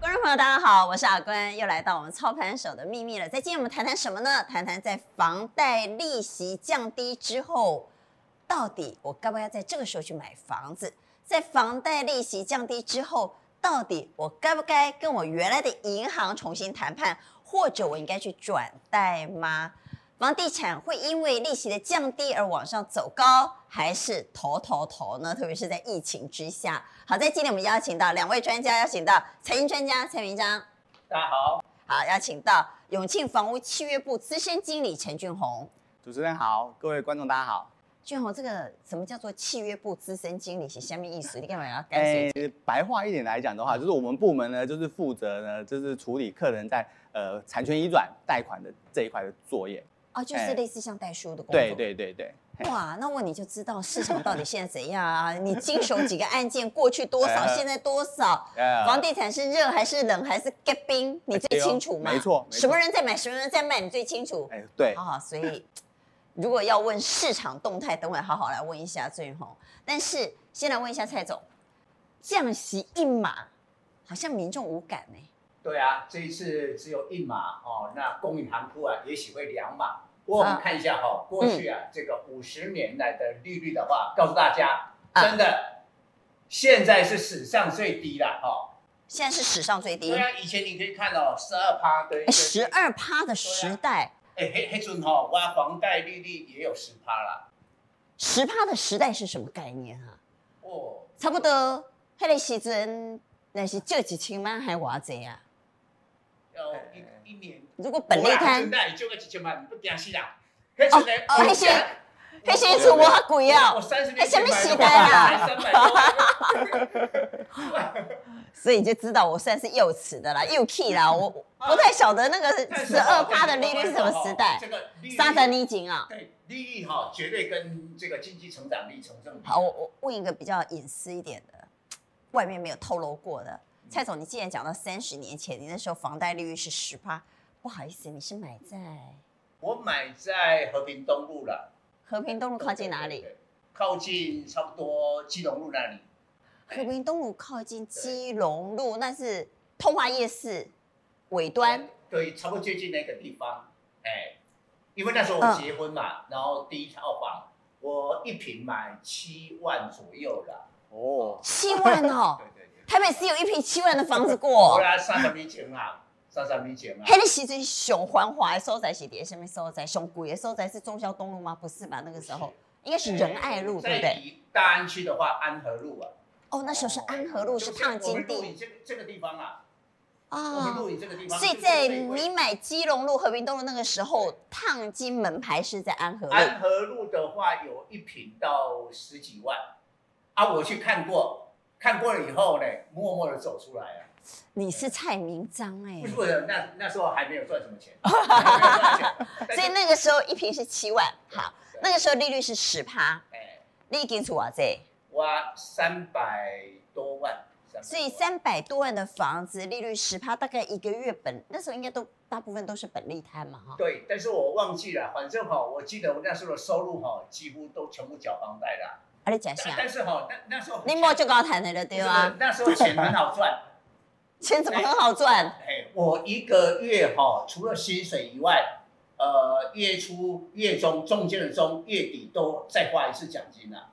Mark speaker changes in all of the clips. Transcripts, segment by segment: Speaker 1: Hello，大家好，我是阿关，又来到我们操盘手的秘密了。在今天我们谈谈什么呢？谈谈在房贷利息降低之后，到底我该不该在这个时候去买房子？在房贷利息降低之后，到底我该不该跟我原来的银行重新谈判，或者我应该去转贷吗？房地产会因为利息的降低而往上走高，还是头头头呢？特别是在疫情之下。好在今天我们邀请到两位专家，邀请到财经专家蔡明章，
Speaker 2: 大家好，
Speaker 1: 好，邀请到永庆房屋契约部资深经理陈俊宏。
Speaker 2: 主持人好，各位观众大家好。
Speaker 1: 俊宏，这个什么叫做契约部资深经理是下面意思？你干嘛要干
Speaker 2: 哎
Speaker 1: 涉？，
Speaker 2: 白话一点来讲的
Speaker 1: 嗯
Speaker 2: 话，就是我们部门呢，就是负责呢，就是处理客人在呃产权移转贷款的这一块的作业。
Speaker 1: 哦，就是
Speaker 2: 哎
Speaker 1: 类似像代书的工作。
Speaker 2: 对。对对对，
Speaker 1: 哇，那问你就知道市场到底现在怎样啊？你经手几个案件，过去 多少，
Speaker 2: 哎
Speaker 1: 现在多少？
Speaker 2: 呃
Speaker 1: 房地产是热还是冷还是结冰，你最清楚嘛？
Speaker 2: 哎没错没错
Speaker 1: 什么人在买，什么人在卖，你最清楚。
Speaker 2: 哎对，
Speaker 1: 啊、所以如果要问市场动态，等会好好来问一下最红。但是先来问一下蔡总，降息一码，好像民众无感呢、
Speaker 3: 对啊，这一次只有一码哦，那供应行库啊，也许会两码。不过我们看一下
Speaker 1: 嗯
Speaker 3: 哈、哦，过去啊，这个五十年来的利率的话，告诉大家，
Speaker 1: 啊
Speaker 3: 真的、现在是史上最低了哦。
Speaker 1: 现在是史上最低哎
Speaker 3: 对，啊，以前你可以看哦，十二趴，对，啊
Speaker 1: 十二趴的时代，
Speaker 3: 哎，黑黑准哈，哇，房贷利率也有十趴啦。
Speaker 1: 十趴的时代是什么概念啊？
Speaker 3: 哦，
Speaker 1: 差不多，迄个时阵那是借几千万还偌济啊？
Speaker 3: 要
Speaker 2: 哎
Speaker 3: 一一年。
Speaker 1: 如果呃本利摊，
Speaker 3: 那你就个几千万，你不点死啦。黑准嘞，
Speaker 1: 哦那些那些厝无遐贵
Speaker 3: 我
Speaker 1: 啊，
Speaker 3: 三十
Speaker 1: 哎
Speaker 3: 年
Speaker 1: 什
Speaker 3: 前
Speaker 1: 么
Speaker 3: 买
Speaker 1: 时
Speaker 3: 的
Speaker 1: 代啊
Speaker 3: 才三百多万。
Speaker 1: 所以你就知道我算是幼齿的啦，幼 key 啦，我我不太晓得那个十二趴的利率是什么时代
Speaker 3: 这。个利率
Speaker 1: 沙赞尼井啊。
Speaker 3: 对利率哈，绝对跟这个经济成长率成正比。
Speaker 1: 好，我我问一个比较隐私一点的，外面没有透露过的。蔡总，你既然讲到三十年前，你那时候房贷利率是十趴，不好意思，你是买在
Speaker 3: 我买在和平东路了，
Speaker 1: 和平东路靠近哪里
Speaker 3: 对？？对对靠近差不多基隆路那里。
Speaker 1: 和平东路靠近基隆路，那是通化夜市尾端。
Speaker 3: 对，差不多接近那个地方。哎，因为那时候
Speaker 1: 嗯
Speaker 3: 我结婚嘛，然后第一套房我一平买七万左右了。
Speaker 2: 哦，
Speaker 1: 七万 哦
Speaker 3: 对，对对，
Speaker 1: 台北市有一批七万的房子
Speaker 3: 后
Speaker 1: 过。
Speaker 3: 来三十年前啊，三十年前啊。
Speaker 1: 迄个时阵上繁华的所在是伫什么所在？上贵的所在是忠孝东路吗？不是吧？那个时候应该是仁爱路，对不
Speaker 3: 在
Speaker 1: 对？
Speaker 3: 以大安区的话，安和路啊，
Speaker 1: 哦，那时候是安和路，是烫金
Speaker 3: 我们录
Speaker 1: 地
Speaker 3: 影这个这个地方啊，我们
Speaker 1: 啊。
Speaker 3: 录影这个地方，
Speaker 1: 所以
Speaker 3: 就是
Speaker 1: 在
Speaker 3: 这一位
Speaker 1: 你买基隆路、和平东路那个时候，烫金门牌是在安和路。
Speaker 3: 安和路的话，有一平到十几万啊，我去看过，看过了以后呢，默默的走出来啊。
Speaker 1: 你是蔡明章哎、
Speaker 3: 不是不是，那那时候还没有赚什 么钱，还没有赚钱但是
Speaker 1: 所以那个时候一瓶是七万，好，
Speaker 3: 对
Speaker 1: 那个时候利率是十趴，
Speaker 3: 哎，
Speaker 1: 你已经出偌济？
Speaker 3: 我三百多万，300多万
Speaker 1: 所以三百多万的房子利率十趴，大概一个月本那时候应该都大部分都是本利摊嘛哈。
Speaker 3: 对，但是我忘记了，反正哈、我记得我那时候的收入哈、几乎都全部缴房贷了。
Speaker 1: 啊，你讲
Speaker 3: 但
Speaker 1: 啥？
Speaker 3: 但是哈、那那时候
Speaker 1: 你莫就高谈的了对
Speaker 3: 不
Speaker 1: 啊
Speaker 3: 是，那时候钱很好赚，
Speaker 1: 钱怎么很好赚？
Speaker 3: 哎，我一个月哈、除了薪水以外，呃，月初、月中、中间的中、月底都再发一次奖金啊，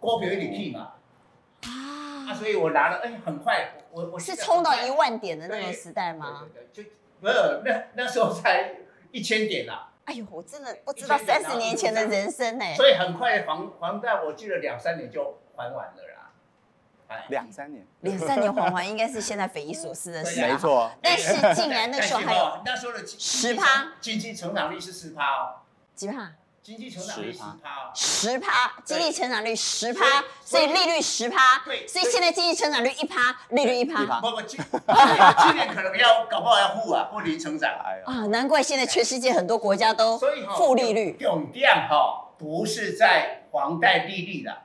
Speaker 3: 股票一点屁嘛，啊，
Speaker 1: 啊，
Speaker 3: 所以我拿了，哎，很快，我我
Speaker 1: 是冲到一
Speaker 3: 万
Speaker 1: 万点的那种时代吗？？
Speaker 3: 对对对，就没有，那那时候才一千点啦、
Speaker 1: 哎呦，我真的不知道
Speaker 3: 一千
Speaker 1: 三
Speaker 3: 年啊
Speaker 1: 十年前的人生哎、
Speaker 3: 所以很快房房贷，我记得两三年就还完了啦，哎，
Speaker 2: 两三年，
Speaker 1: 两三年还完应该是现在匪夷所思的事
Speaker 3: 对啊
Speaker 2: 没
Speaker 1: 啊。
Speaker 2: 错，
Speaker 1: 但是竟然那时候还有
Speaker 3: 哦那时候的经
Speaker 1: 10%，
Speaker 3: 经济成长率是十趴哦，
Speaker 1: 几趴？
Speaker 3: 经济成长率十
Speaker 2: 10%
Speaker 3: 趴哦。
Speaker 1: 十趴，经济成长率十趴，所
Speaker 3: 所以
Speaker 1: 以利率十趴，
Speaker 3: 对
Speaker 1: 所以现在经济成长率一趴，利率一趴
Speaker 2: 一趴
Speaker 3: 不不，今今年可能要搞不好要负啊，或零成长。
Speaker 2: 哎呦，
Speaker 1: 啊，难怪现在全世界很多国家都
Speaker 3: 所以哈，
Speaker 1: 哦负利率
Speaker 3: 重点哈不是在房贷利率啦，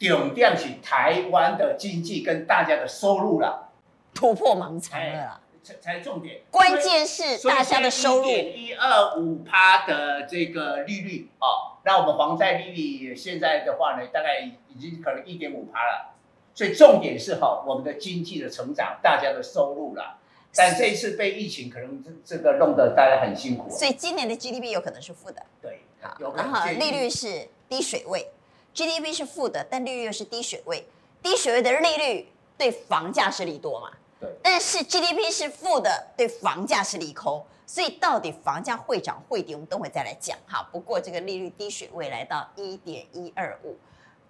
Speaker 3: 重点是台湾的经济跟大家的收入啦，
Speaker 1: 突破盲肠了啦。
Speaker 3: 才才重点。
Speaker 1: 关键是
Speaker 3: 哎所以
Speaker 1: 大家的收入
Speaker 3: 一二五趴的这个利率哦，那我们房贷利率现在的话呢，大概已经可能一点五趴了。所以重点是哈，我们的经济的成长，大家的收入啦，但这一次被疫情可能这这个弄得大家很辛苦。啊
Speaker 1: 所以今年的 GDP 有可能是负的。
Speaker 3: 对，
Speaker 1: 好
Speaker 3: 有，可
Speaker 1: 然
Speaker 3: 能
Speaker 1: 后
Speaker 3: 建议
Speaker 1: 利率是低水位，GDP 是负的，但利率又是低水位，低水位的利率对房价是利多嘛？
Speaker 3: 对
Speaker 1: 但是 GDP 是负的，对房价是利空，所以到底房价会涨会跌，我们等会再来讲哈。不过这个利率低水位来到一点一二五，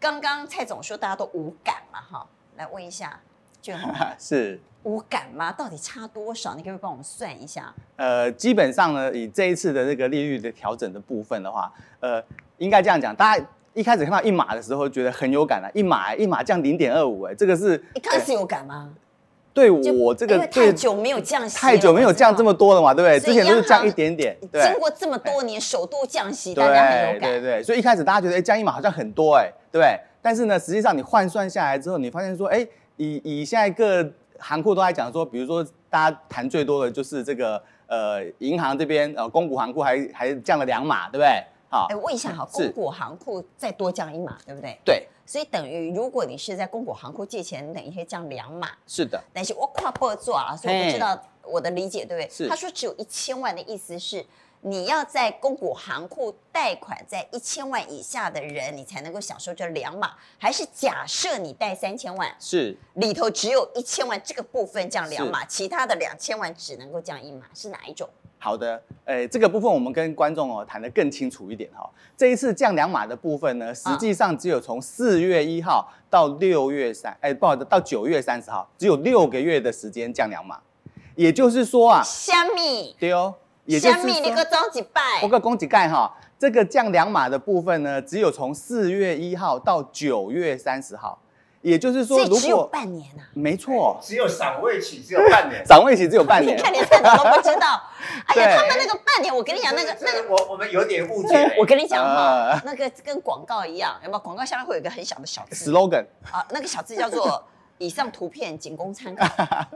Speaker 1: 刚刚蔡总说大家都无感嘛哈，来问一下俊宏，
Speaker 2: 是。
Speaker 1: 无感吗？到底差多少？你可不可以帮我们算一下？
Speaker 2: 呃，基本上呢，以这一次的这个利率的调整的部分的话，呃，应该这样讲，大家一开始看到一码的时候觉得很有感啊，一码一码降零点二五，哎，这个是
Speaker 1: 一开始有感吗？
Speaker 2: 对
Speaker 1: 就
Speaker 2: 我这
Speaker 1: 因
Speaker 2: 个
Speaker 1: 为太
Speaker 2: 对
Speaker 1: 久没有降息了，
Speaker 2: 太久没有降这么多了嘛，对不对？
Speaker 1: 所以
Speaker 2: 之前都是
Speaker 1: 央行
Speaker 2: 降一点点，对
Speaker 1: 经过这么多年首度降息，大家很
Speaker 2: 对
Speaker 1: 有
Speaker 2: 对
Speaker 1: 感。
Speaker 2: 对，所以一开始大家觉得哎、降一码好像很多哎、对不对？但是呢，实际上你换算下来之后，你发现说哎、以以现在各行库都在讲说，比如说大家谈最多的就是这个呃银行这边呃公股行库还还降了两码，对不对？好、
Speaker 1: 哎，问一下哈，
Speaker 2: 是
Speaker 1: 公股行库再多降一码，对不对？
Speaker 2: 对，
Speaker 1: 所以等于如果你是在公股行库借钱，等于是降两码。
Speaker 2: 是的，
Speaker 1: 但是我跨步做啊，所以我不知道我的理解对不对？
Speaker 2: 是
Speaker 1: 他说只有一千万的意思是，你要在公股行库贷款在一千万以下的人，你才能够享受这两码，还是假设你贷三千万，
Speaker 2: 是
Speaker 1: 里头只有一千万这个部分降两码，其他的两千万只能够降一码，是哪一种？
Speaker 2: 好的，诶，这个部分我们跟观众哦谈得更清楚一点哈、这一次降两码的部
Speaker 1: 啊
Speaker 2: 分呢，实际上只有从四月一号到六月三，哎，不好意思，到九月三十号，只有六个月的时间降两码。也就是说啊，
Speaker 1: 虾米。
Speaker 2: 对哦，也就是
Speaker 1: 虾米，你
Speaker 2: 说
Speaker 1: 个装几拜
Speaker 2: 我？个公几盖哈，这个降两码的部分呢，只有从四月一号到九月三十号。也就是
Speaker 1: 所
Speaker 2: 说，
Speaker 1: 以
Speaker 2: 如
Speaker 1: 只有
Speaker 2: 果
Speaker 1: 半年啊！
Speaker 2: 没错，。
Speaker 3: 只有散位起，只有半 年
Speaker 2: 掌位期只有半
Speaker 1: 你
Speaker 2: 年，
Speaker 1: 看连蔡总都不知 道，哎呀，
Speaker 2: 对
Speaker 1: 他们那个半年，我跟你讲那个那
Speaker 3: 这
Speaker 1: 个，
Speaker 3: 个我我们有点误
Speaker 1: 。
Speaker 3: 解欸
Speaker 1: 我跟你讲哈
Speaker 2: 呃，
Speaker 1: 那个跟广告一样，有没有？广告下面会有一个很小的小字
Speaker 2: slogan
Speaker 1: 啊，那个小字叫做 “以上图片仅供参考”。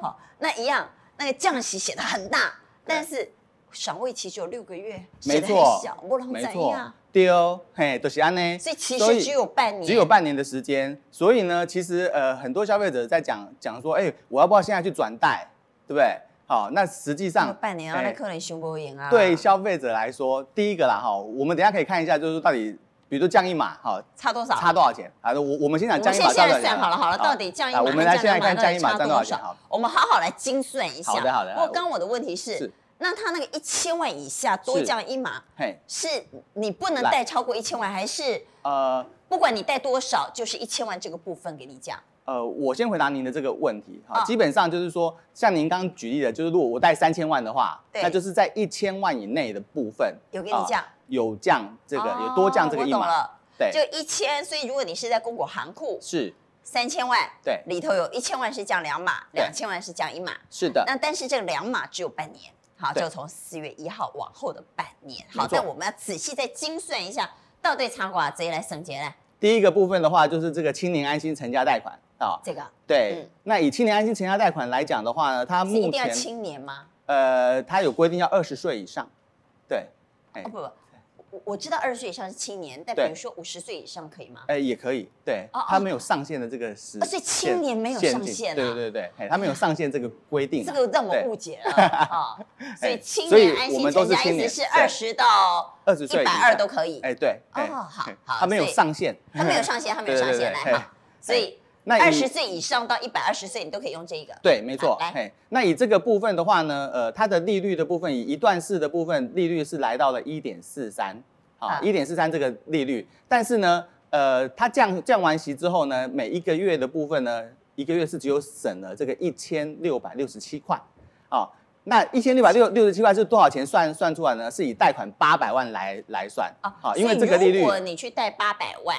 Speaker 1: 好，那一样，那个降息写的很大，但是赏味期只有六个月，写
Speaker 2: 没
Speaker 1: 的
Speaker 2: 错
Speaker 1: 很小，不能
Speaker 2: 没
Speaker 1: 怎
Speaker 2: 错
Speaker 1: 样。，
Speaker 2: 对哦，嘿，都、就是安呢。
Speaker 1: 所以其
Speaker 2: 所
Speaker 1: 实
Speaker 2: 以
Speaker 1: 只有半年，
Speaker 2: 只有半年的时间，所以呢，其实呃，很多消费者在讲讲说，哎、我要不要现在去转贷，对不对？好，那实际
Speaker 1: 只有
Speaker 2: 上
Speaker 1: 半年啊，
Speaker 2: 哎
Speaker 1: 那客人熊博赢啊，
Speaker 2: 对消费者来说，第一个啦哈，我们等一下可以看一下，就是到底，比如说降一码，哈，
Speaker 1: 差多少？
Speaker 2: 差多少钱？啊，我我们先
Speaker 1: 我们
Speaker 2: 讲降一
Speaker 1: 先
Speaker 2: 码
Speaker 1: 现
Speaker 2: 赚多
Speaker 1: 在
Speaker 2: 少钱
Speaker 1: 算好了，好了，到底降一码
Speaker 2: 啊我们来
Speaker 1: 跟
Speaker 2: 现在
Speaker 1: 两码
Speaker 2: 看
Speaker 1: 到
Speaker 2: 降
Speaker 1: 底
Speaker 2: 一码
Speaker 1: 差
Speaker 2: 赚多少钱
Speaker 1: 少
Speaker 2: 好
Speaker 1: 我们好好来精算一下。
Speaker 2: 好的好的
Speaker 1: 不过刚刚我的问题是
Speaker 2: 是，
Speaker 1: 那他那个一千万以下多
Speaker 2: 是
Speaker 1: 降一码，
Speaker 2: 嘿，
Speaker 1: 是你不能
Speaker 2: 来
Speaker 1: 贷超过一千万，还是
Speaker 2: 呃
Speaker 1: 不管你贷多少，就是一千万这个部分给你降？
Speaker 2: 呃，我先回答您的这个问题哈，
Speaker 1: 啊
Speaker 2: 基本上就是说，像您刚刚举例的，就是如果我贷三千万的话，
Speaker 1: 对
Speaker 2: 那就是在一千万以内的部分
Speaker 1: 有给你降
Speaker 2: 啊有降这个，
Speaker 1: 哦
Speaker 2: 有多降这个一
Speaker 1: 我懂
Speaker 2: 码，
Speaker 1: 了，
Speaker 2: 对，
Speaker 1: 就一千。所以如果你是在公股行库，
Speaker 2: 是。
Speaker 1: 三千万，
Speaker 2: 对
Speaker 1: 里头有一千万是降两码，
Speaker 2: 对
Speaker 1: 两千万是降一码。
Speaker 2: 是的，
Speaker 1: 那但是这个两码只有半年，好，
Speaker 2: 对
Speaker 1: 就从四月一号往后的半年。好
Speaker 2: 没，错
Speaker 1: 那我们要仔细再精算一下，到底差寡贼来省钱呢？
Speaker 2: 第一个部分的话就是这个青年安心成家贷款啊、
Speaker 1: 这个
Speaker 2: 对，
Speaker 1: 嗯
Speaker 2: 那以青年安心成家贷款来讲的话呢，它
Speaker 1: 是一
Speaker 2: 啊目
Speaker 1: 定要
Speaker 2: 前
Speaker 1: 青年吗？
Speaker 2: 呃，它有规定要二十岁以上，对，哎
Speaker 1: 哦不不，我我知道二十岁以上是青年，但比
Speaker 2: 对
Speaker 1: 如说五十岁以上可以吗？
Speaker 2: 哎、也可以，对，
Speaker 1: 哦
Speaker 2: 它没有上限的这个时
Speaker 1: 哦，所以青年没有上
Speaker 2: 阱
Speaker 1: 限啊
Speaker 2: 对对对对，哎，它没有上限这个规定
Speaker 1: 这
Speaker 2: 啊、
Speaker 1: 个让我
Speaker 2: 对哎
Speaker 1: 误解 了啊。所以青
Speaker 2: 所以
Speaker 1: 年安
Speaker 2: 我
Speaker 1: 心
Speaker 2: 们都
Speaker 1: 成
Speaker 2: 是
Speaker 1: 家
Speaker 2: 青
Speaker 1: 意思
Speaker 2: 年
Speaker 1: 是
Speaker 2: 对
Speaker 1: 二十到
Speaker 2: 20
Speaker 1: 一
Speaker 2: 岁以
Speaker 1: 百二
Speaker 2: 上
Speaker 1: 都可以，
Speaker 2: 哎、对，哎
Speaker 1: 哦好
Speaker 2: 哎
Speaker 1: 好
Speaker 2: 它没有
Speaker 1: 所以
Speaker 2: 上限，
Speaker 1: 它没有上限，它没有
Speaker 2: 对
Speaker 1: 上
Speaker 2: 对
Speaker 1: 限
Speaker 2: 对
Speaker 1: 来
Speaker 2: 对
Speaker 1: 哈。所以
Speaker 2: 那以
Speaker 1: 二十岁以上到一百二十岁，你都可以用这个。
Speaker 2: 对，没错。
Speaker 1: 来
Speaker 2: 嘿，那以这个部分的话呢，呃，它的利率的部分，以一段式的部分利率是来到了一点四三，
Speaker 1: 啊
Speaker 2: 啊，一点四三这个利率。但是呢，呃，它降降完息之后呢，每一个月的部分呢，一个月是只有省了这个一千六百六十七块，啊，那一千六百六六十七块是多少钱算算出来呢？是以贷款八百万来来算，
Speaker 1: 啊
Speaker 2: 啊，
Speaker 1: 所
Speaker 2: 因为
Speaker 1: 以
Speaker 2: 这个利率
Speaker 1: 如，果你去贷八百万，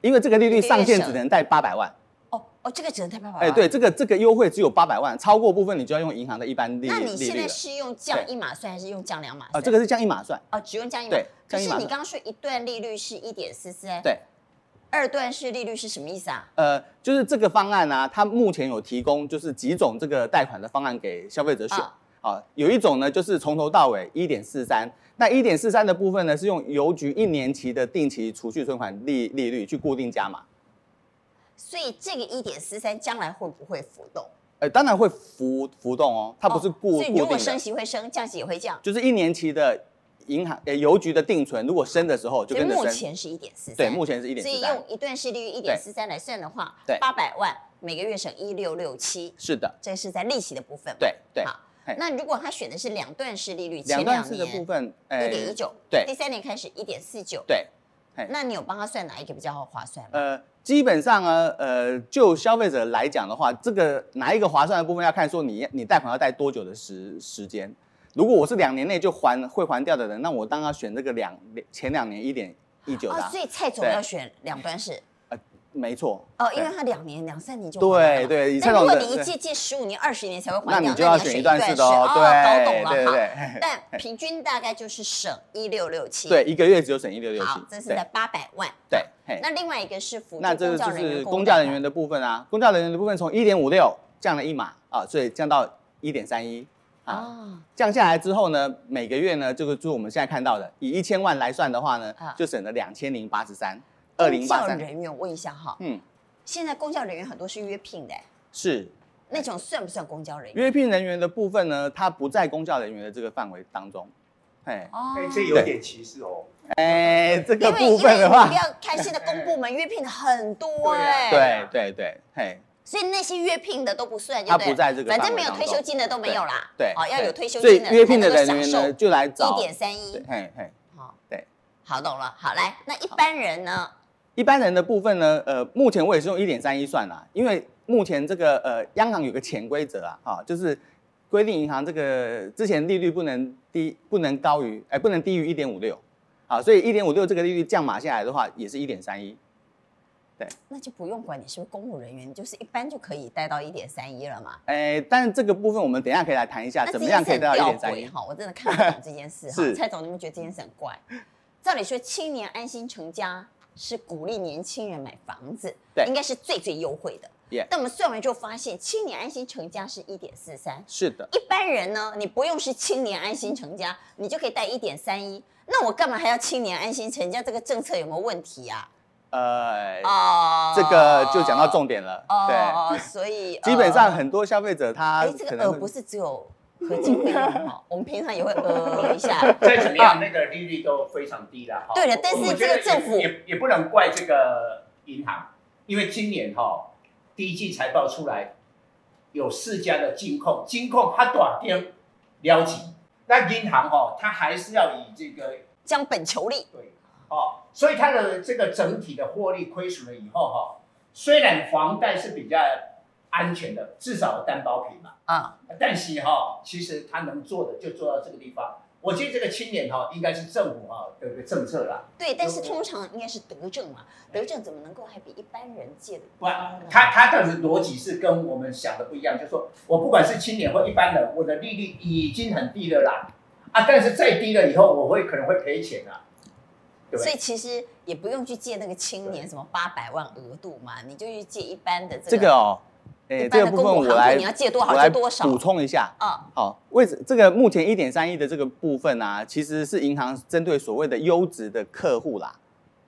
Speaker 2: 因为这个利
Speaker 1: 一
Speaker 2: 率
Speaker 1: 个月
Speaker 2: 上限
Speaker 1: 省
Speaker 2: 只能贷八百万，
Speaker 1: 哦哦，这个只能贷八百万。
Speaker 2: 哎，对，。这个这个优惠只有八百万，超过部分你就要用银行的一般利
Speaker 1: 那你
Speaker 2: 利
Speaker 1: 现
Speaker 2: 率
Speaker 1: 在
Speaker 2: 了。
Speaker 1: 是用降
Speaker 2: 对
Speaker 1: 一码算，还是用降两码算？
Speaker 2: 啊，这个是降一码算，
Speaker 1: 哦，只用降一码
Speaker 2: 对。
Speaker 1: 可
Speaker 2: 降一
Speaker 1: 是
Speaker 2: 码
Speaker 1: 你
Speaker 2: 算
Speaker 1: 刚刚说一段利率是一点四四，，
Speaker 2: 对，
Speaker 1: 二段式利率是什么意思啊？
Speaker 2: 呃，就是这个方案呢、它目前有提供就是几种这个贷款的方案给消费者选。
Speaker 1: 啊
Speaker 2: 啊，有一种呢，就是从头到尾一点四三，那一点四三的部分呢，是用邮局一年期的定期储蓄存款利利率去固定加码。
Speaker 1: 所以这个一点四三将来会不会浮动？
Speaker 2: 呃，当然会浮浮动哦，它不是固、
Speaker 1: 所以如
Speaker 2: 固
Speaker 1: 果
Speaker 2: 定
Speaker 1: 升
Speaker 2: 的，
Speaker 1: 息会升，降息也会降。
Speaker 2: 就是一年期的银行呃邮局的定存，如果升的时候就
Speaker 1: 所以
Speaker 2: 跟着
Speaker 1: 目
Speaker 2: 升。
Speaker 1: 前是一点四三，
Speaker 2: 对，目前是一点
Speaker 1: 所以
Speaker 2: 四三
Speaker 1: 用，一段市利率一点四三来算的话
Speaker 2: 对，
Speaker 1: 八百万每个月省一六六七，
Speaker 2: 是的，
Speaker 1: 这是在利息的部分嘛。
Speaker 2: 对对。
Speaker 1: 好
Speaker 2: 嘿
Speaker 1: 那如果他选的是两段式利率，
Speaker 2: 两
Speaker 1: 前
Speaker 2: 段
Speaker 1: 两
Speaker 2: 式的
Speaker 1: 年
Speaker 2: 部分，
Speaker 1: 一
Speaker 2: 呃
Speaker 1: 点一九，
Speaker 2: 对
Speaker 1: 第三年开始一点四九，
Speaker 2: 对，
Speaker 1: 那你有帮他算哪一个比较划算吗？
Speaker 2: 呃，基本上呢，呃，就消费者来讲的话，这个哪一个划算的部分要看说你你贷款要贷多久的时时间。如果我是两年内就还会还掉的人，那我当然要选这个两前两年一点一九的啊、
Speaker 1: 哦，所以蔡总
Speaker 2: 对
Speaker 1: 要选两段式
Speaker 2: 没错。
Speaker 1: 哦，因为
Speaker 2: 对
Speaker 1: 他两年两三年就还完
Speaker 2: 对
Speaker 1: 了
Speaker 2: 对，以
Speaker 1: 但
Speaker 2: 蔡
Speaker 1: 如
Speaker 2: 总
Speaker 1: 果
Speaker 2: 的，
Speaker 1: 你一借借十五年、二十年才会还
Speaker 2: 那
Speaker 1: 掉，
Speaker 2: 你就要选一段式的哦，
Speaker 1: 搞懂
Speaker 2: 对
Speaker 1: 了
Speaker 2: 对
Speaker 1: 哈。
Speaker 2: 对
Speaker 1: 但平均大概就是省一六六七，
Speaker 2: 对，，一个月只有省一六六七
Speaker 1: 好，，这是
Speaker 2: 对
Speaker 1: 在八百万。
Speaker 2: 对，嘿
Speaker 1: 那另外一个是辅助
Speaker 2: 那这
Speaker 1: 公
Speaker 2: 个
Speaker 1: 教
Speaker 2: 就
Speaker 1: 人员
Speaker 2: 是
Speaker 1: 购
Speaker 2: 公
Speaker 1: 买
Speaker 2: 教人
Speaker 1: 嘛
Speaker 2: 员的部分啊，公教人员的部分从一点五六降了一码啊，所以降到一点三一啊。
Speaker 1: 啊，
Speaker 2: 降下来之后呢，每个月呢，这个就是我们现在看到的，以一千万来算的话呢
Speaker 1: 啊，哦
Speaker 2: 就省了两千零八十三，二
Speaker 1: 公
Speaker 2: 零
Speaker 1: 教
Speaker 2: 八三。
Speaker 1: 人员，我问一下哈，
Speaker 2: 嗯，
Speaker 1: 现在公教人员很多是约聘的，
Speaker 2: 是
Speaker 1: 那种算不算公教人员？
Speaker 2: 约聘人员的部分呢，它不在公教人员的这个范围当中。哎
Speaker 1: 哦
Speaker 4: 哎，这有点歧视哦。
Speaker 2: 哎，这
Speaker 1: 因
Speaker 2: 个
Speaker 1: 嗯为因
Speaker 2: 部
Speaker 1: 为
Speaker 2: 分的
Speaker 1: 你
Speaker 2: 话
Speaker 1: 不，要看现在公部 门约聘的很多哎，
Speaker 4: 对啊
Speaker 2: 对对对，嘿，
Speaker 1: 所以那些约聘的都不算，
Speaker 2: 它
Speaker 1: 对对
Speaker 2: 不在这个
Speaker 1: 反
Speaker 2: 范
Speaker 1: 正没
Speaker 2: 围
Speaker 1: 有
Speaker 2: 当
Speaker 1: 退休
Speaker 2: 中
Speaker 1: 金的都没有啦，
Speaker 2: 对，
Speaker 1: 哦，要
Speaker 2: 对
Speaker 1: 有退休
Speaker 2: 所以
Speaker 1: 金的
Speaker 2: 约聘的人员呢，就来
Speaker 1: 一
Speaker 2: 找
Speaker 1: 点三一
Speaker 2: 对，，嘿嘿。
Speaker 1: 好，
Speaker 2: 对，
Speaker 1: 好懂了，好来，那一般人呢？
Speaker 2: 一般人的部分呢，呃，目前我也是用一点三一算啦，因为目前这个呃，央行有个潜规则啊，哈、就是规定银行这个之前利率不能低，不能高于，哎、不能低于一点五六，啊，所以一点五六这个利率降码下来的话，也是一点三一，
Speaker 1: 那就不用管你是不是公务人员，你就是一般就可以贷到一点三一了嘛。
Speaker 2: 哎，但这个部分我们等一下可以来谈一下，
Speaker 1: 那
Speaker 2: 啊怎
Speaker 1: 这
Speaker 2: 么
Speaker 1: 件
Speaker 2: 样
Speaker 1: 事
Speaker 2: 可以
Speaker 1: 很
Speaker 2: 达到一
Speaker 1: 吊
Speaker 2: 点三一
Speaker 1: 诡。哈，我真的看不懂这件事哈。
Speaker 2: 是
Speaker 1: 蔡总，你们觉得这件事很怪？照理说，青年安心成家是鼓励年轻人买房子，
Speaker 2: 对
Speaker 1: 应该是最最优惠的。
Speaker 2: Yeah
Speaker 1: 但我们算完之后发现，青年安心成家是一点四三，
Speaker 2: 是的，
Speaker 1: 一般人呢，你不用是青年安心成家，你就可以贷一点三一。那我干嘛还要青年安心成家？这个政策有没有问题啊？
Speaker 2: 呃，
Speaker 1: 哦，
Speaker 2: 这个就讲到重点了，对，
Speaker 1: 哦，所以
Speaker 2: 基本上
Speaker 1: 呃
Speaker 2: 很多消费者他
Speaker 1: 哎，这个
Speaker 2: 可
Speaker 1: 呃
Speaker 2: 能
Speaker 1: 不
Speaker 2: 会
Speaker 1: 是只有合金备用哈，我们平常也会呃一 下。
Speaker 3: 再怎么样，那个利率都非常低了哈。
Speaker 1: 对了但是
Speaker 3: 我觉得
Speaker 1: 这个政府
Speaker 3: 也也也不能怪这个银行，因为今年哈第一季财报出来，有四家的金控，金控它短天了解，那银行哦，它还是要以这个
Speaker 1: 将本求利，
Speaker 3: 对，哦，所以它的这个整体的获利亏损了以后哈、虽然房贷是比较安全的，至少有担保品嘛，
Speaker 1: 啊，
Speaker 3: 但是哈、其实它能做的就做到这个地方。我觉得这个青年哈、应该是政府哈、的一个政策啦，
Speaker 1: 对，但是通常应该是德政嘛，德政怎么能够还比一般人借的
Speaker 3: 不然它它的逻辑是跟我们想的不一样，就是说我不管是青年或一般人，我的利率已经很低了啦，啊，但是再低了以后，我会可能会赔钱啊，对不
Speaker 1: 所以
Speaker 3: 对？
Speaker 1: 其实也不用去借那个青年什么八百万额度嘛，你就去借一般的
Speaker 2: 这个哦，
Speaker 1: 一
Speaker 2: 哎，
Speaker 1: 般
Speaker 2: 这个
Speaker 1: 的
Speaker 2: 部
Speaker 1: 公
Speaker 2: 分
Speaker 1: 共
Speaker 2: 我
Speaker 1: 行
Speaker 2: 来
Speaker 1: 情，你要借多
Speaker 2: 我
Speaker 1: 少
Speaker 2: 来
Speaker 1: 就多少
Speaker 2: 补充一下，
Speaker 1: 啊，
Speaker 2: 好，为此这个目前一点三亿的这个部分啊，其实是银行针对所谓的优质的客户啦。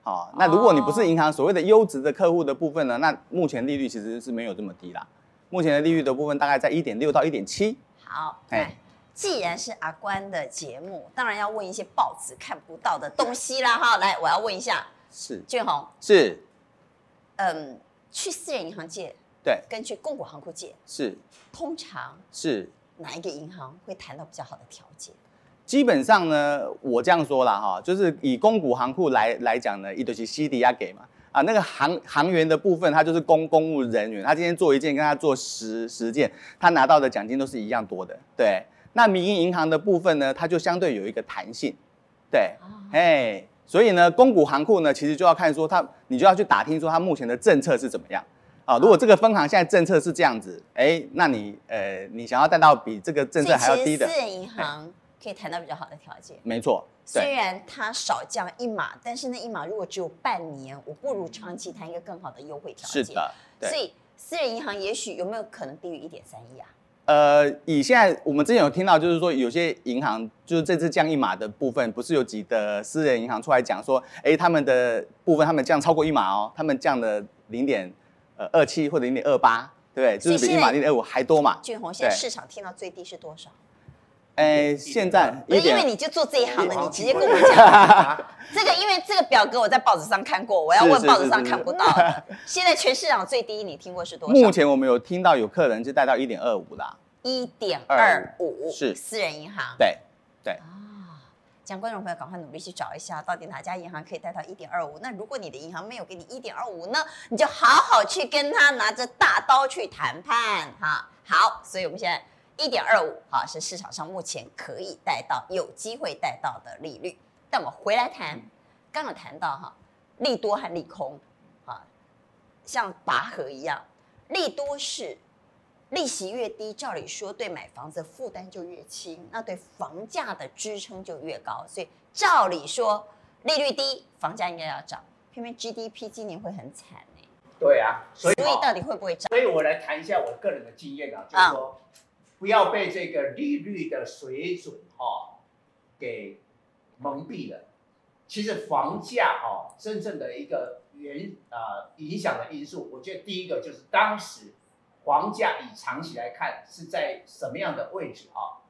Speaker 2: 好，那如果你不是银行所谓的优质的客户的部分呢，那目前利率其实是没有这么低啦。目前的利率的部分大概在一点六到一点七。
Speaker 1: 好，
Speaker 2: 哎
Speaker 1: 来，既然是阿关的节目，当然要问一些报纸看不到的东西啦哈。来，我要问一下
Speaker 2: 是
Speaker 1: 俊宏，
Speaker 2: 是，
Speaker 1: 嗯，去私人银行借
Speaker 2: 对，
Speaker 1: 跟去公股行库借，
Speaker 2: 是
Speaker 1: 通常
Speaker 2: 是。
Speaker 1: 哪一个银行会谈到比较好的条件？
Speaker 2: 基本上呢，我这样说啦哈，就是以公股行库来来讲呢，一对是西迪亚给嘛啊，那个行行员的部分，他就是公公务人员，他今天做一件跟他做十十件，他拿到的奖金都是一样多的。对，那民营银行的部分呢，它就相对有一个弹性，对，
Speaker 1: 哦
Speaker 2: 哎，所以呢，公股行库呢，其实就要看说它，你就要去打听说它目前的政策是怎么样啊。
Speaker 1: 哦
Speaker 2: 如果这个分行现在政策是这样子，哎，那你呃，你想要贷到比这个政策还要低的
Speaker 1: 所以其实，私人银行可以谈到比较好的条件。
Speaker 2: 没错，
Speaker 1: 虽
Speaker 2: 对，
Speaker 1: 然它少降一码，但是那一码如果只有半年，我不如长期谈一个更好的优惠条
Speaker 2: 是
Speaker 1: 件。，
Speaker 2: 的，对
Speaker 1: 所。以私人银行也许有没有可能低于一点三亿啊？
Speaker 2: 呃，以现在我们之前有听到，就是说有些银行就是这次降一码的部分，不是有几的私人银行出来讲说，哎，他们的部分他们降超过一码哦，他们降了零点呃二七或者零点二八对，就是
Speaker 1: 所以
Speaker 2: 比
Speaker 1: 现
Speaker 2: 一
Speaker 1: 在
Speaker 2: 马力二五还多嘛。
Speaker 1: 俊宏，现在
Speaker 2: 对
Speaker 1: 市场听到最低是多少？
Speaker 2: 哎，现在
Speaker 1: 不是
Speaker 2: 一
Speaker 1: 因
Speaker 2: 点
Speaker 1: 为 你就做这一行的，
Speaker 2: 啊
Speaker 3: 一
Speaker 1: 你
Speaker 3: 点
Speaker 1: 直接跟我讲这个，因为这个表格我在报纸上看过，我要
Speaker 2: 是
Speaker 1: 问
Speaker 2: 是
Speaker 1: 报纸
Speaker 2: 是
Speaker 1: 上
Speaker 2: 是
Speaker 1: 看不 到的。现在全市场最低你听过是多
Speaker 2: 目
Speaker 1: 少？
Speaker 2: 前我们有听到有客人是带到一点二五啦。
Speaker 1: 一点二五，
Speaker 2: 是
Speaker 1: 私人银行。
Speaker 2: 对，
Speaker 1: 啊，讲观众朋友赶快努力去找一下，到底哪家银行可以贷到一点二五？那如果你的银行没有给你一点二五呢，你就好好去跟他拿着大刀去谈判哈。好，所以我们现在一点二五啊是市场上目前可以贷到、有机会贷到的利率。但我们回来谈，刚有谈到哈，利多和利空啊，像拔河一样，利多是利息越低，照理说对买房子负担就越轻，那对房价的支撑就越高。所以照理说，利率低，房价应该要涨，偏偏 GDP 今年会很惨哎、
Speaker 3: 对啊，所
Speaker 1: 所
Speaker 3: 以
Speaker 1: 以
Speaker 3: 哦
Speaker 1: 到底会不会涨？
Speaker 3: 所以我来谈一下我个人的经验啊，就是说，不要被这个利率的水准哈、给蒙蔽了。其实房价哈、真正的一个原啊、影响的因素，我觉得第一个就是当时房价以长期来看是在什么样的位置哈、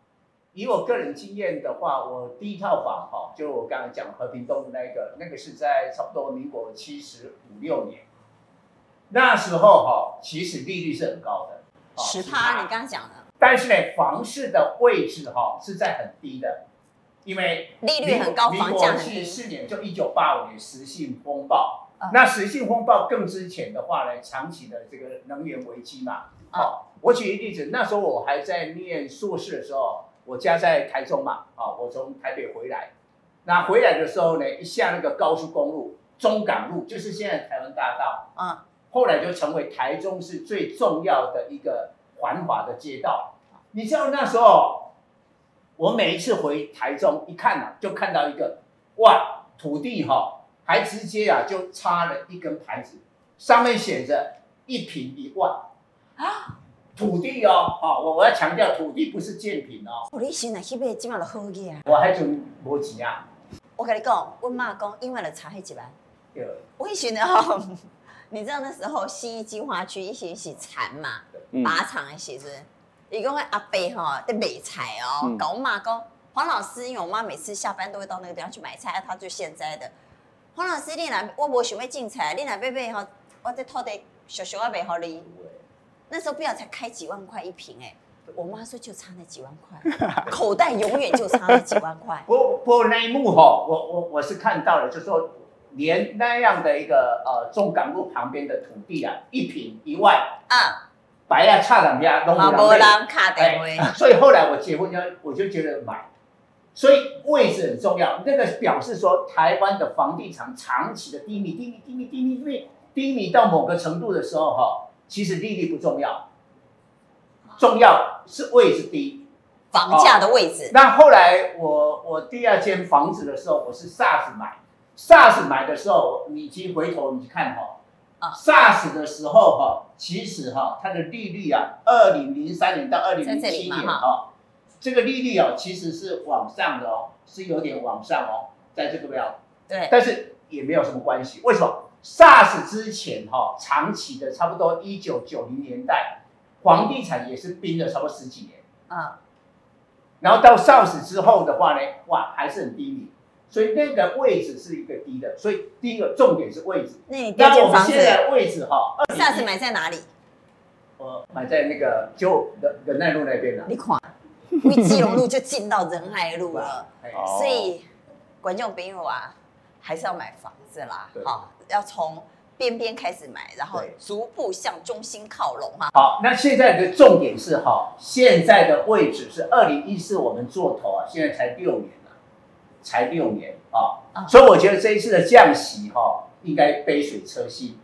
Speaker 3: 以我个人经验的话，我第一套房哈、就是我刚才讲和平东路那一个，那个是在差不多民国七十五六年。那时候哈、其实利率是很高的，哦
Speaker 1: 十趴，你刚刚讲的
Speaker 3: 但是呢，房市的位置哈、是在很低的，因为
Speaker 1: 利率很高，
Speaker 3: 民国
Speaker 1: 房价很
Speaker 3: 民国是
Speaker 1: 低，
Speaker 3: 四年，就一九八五年实性风暴。
Speaker 1: 啊
Speaker 3: 那实性风暴更之前的话呢，长期的这个能源危机嘛。
Speaker 1: 啊
Speaker 3: 哦，我举一个例子，那时候我还在念硕士的时候，我家在台中嘛，哦，我从台北回来，那回来的时候呢，一下那个高速公路中港路，就是现在台湾大道，
Speaker 1: 嗯，
Speaker 3: 后来就成为台中市最重要的一个繁华的街道。你知道那时候，我每一次回台中一看啊，就看到一个哇，土地哈、还直接啊就插了一根牌子，上面写着一平一万
Speaker 1: 啊，
Speaker 3: 土地哦，哦，我我要强调土地不是建品哦，
Speaker 1: 我利息那迄边今晚就好个啊！
Speaker 3: 我还准没钱啊，
Speaker 1: 我跟你讲，我妈讲，因为了查迄几万。
Speaker 3: 对
Speaker 1: 我以前呢， 你知道那时候西医精华区一起一起产嘛，
Speaker 2: 嗯
Speaker 1: 靶场的时阵，伊讲阿伯吼在买菜哦
Speaker 2: 嗯，
Speaker 1: 搞我妈讲黄老师，因为我妈每次下班都会到那个地方去买菜，啊她就现摘的。黄老师，你若我无想要进菜，你若要买吼，我这土地小小啊卖互你。那时候不要才开几万块一瓶哎、我妈说就差那几万块，口袋永远就差那几万块。
Speaker 3: 不过不过那一幕哈、我我我是看到了，就说连那样的一个呃中港路旁边的土地啊，一平一万，
Speaker 1: 啊，
Speaker 3: 白啊差两家拢
Speaker 1: 嘛
Speaker 3: 有
Speaker 1: 无
Speaker 3: 人买，
Speaker 1: 人卡电话，
Speaker 3: 所以后来我结婚要我就觉得买，所以位置很重要，那个表示说台湾的房地产长期的低迷，低迷，低迷，低迷，低迷，低迷到某个程度的时候哈、其实利率不重要，重要是位置低。
Speaker 1: 房价的位置，
Speaker 3: 那后来我我第二间房子的时候，我是 SARS 买，SARS 买的时候，你去回头你去看哈、
Speaker 1: 啊
Speaker 3: s a r s 的时候哈、其实哈、它的利率啊，二零零三年到二零零
Speaker 1: 在这里
Speaker 3: 七
Speaker 1: 嘛
Speaker 3: 年
Speaker 1: 哈
Speaker 3: 哈、这个利率哦、其实是往上的哦，是有点往上哦，在这个位置。
Speaker 1: 对。
Speaker 3: 但是也没有什么关系。为什么？SARS 之前哈、长期的差不多一九九零年代，房地产也是冰了差不多十几年。
Speaker 1: 啊，
Speaker 3: 然后到 SARS 之后的话呢，哇，还是很低迷，所以那个位置是一个低的，所以第一个重点是位置。
Speaker 1: 那你第二
Speaker 3: 那我
Speaker 1: 间
Speaker 3: 们
Speaker 1: 房子
Speaker 3: 现在位置哈，二
Speaker 1: 下次买在哪里？
Speaker 3: 我买在那个就仁仁爱路那边了。
Speaker 1: 你看，因为基隆路就进到仁爱路 了，
Speaker 3: 哎
Speaker 2: 哦
Speaker 1: 所以观众朋友啊，还是要买房子啦
Speaker 3: 对，
Speaker 1: 好，要从边边开始买，然后
Speaker 3: 对
Speaker 1: 逐步向中心靠拢哈。
Speaker 3: 好，那现在的重点是哈，现在的位置是二零一四我们做头啊，现在才六年啊，才六年啊，
Speaker 1: 啊
Speaker 3: 所以我觉得这一次的降息哈，应该杯水车薪。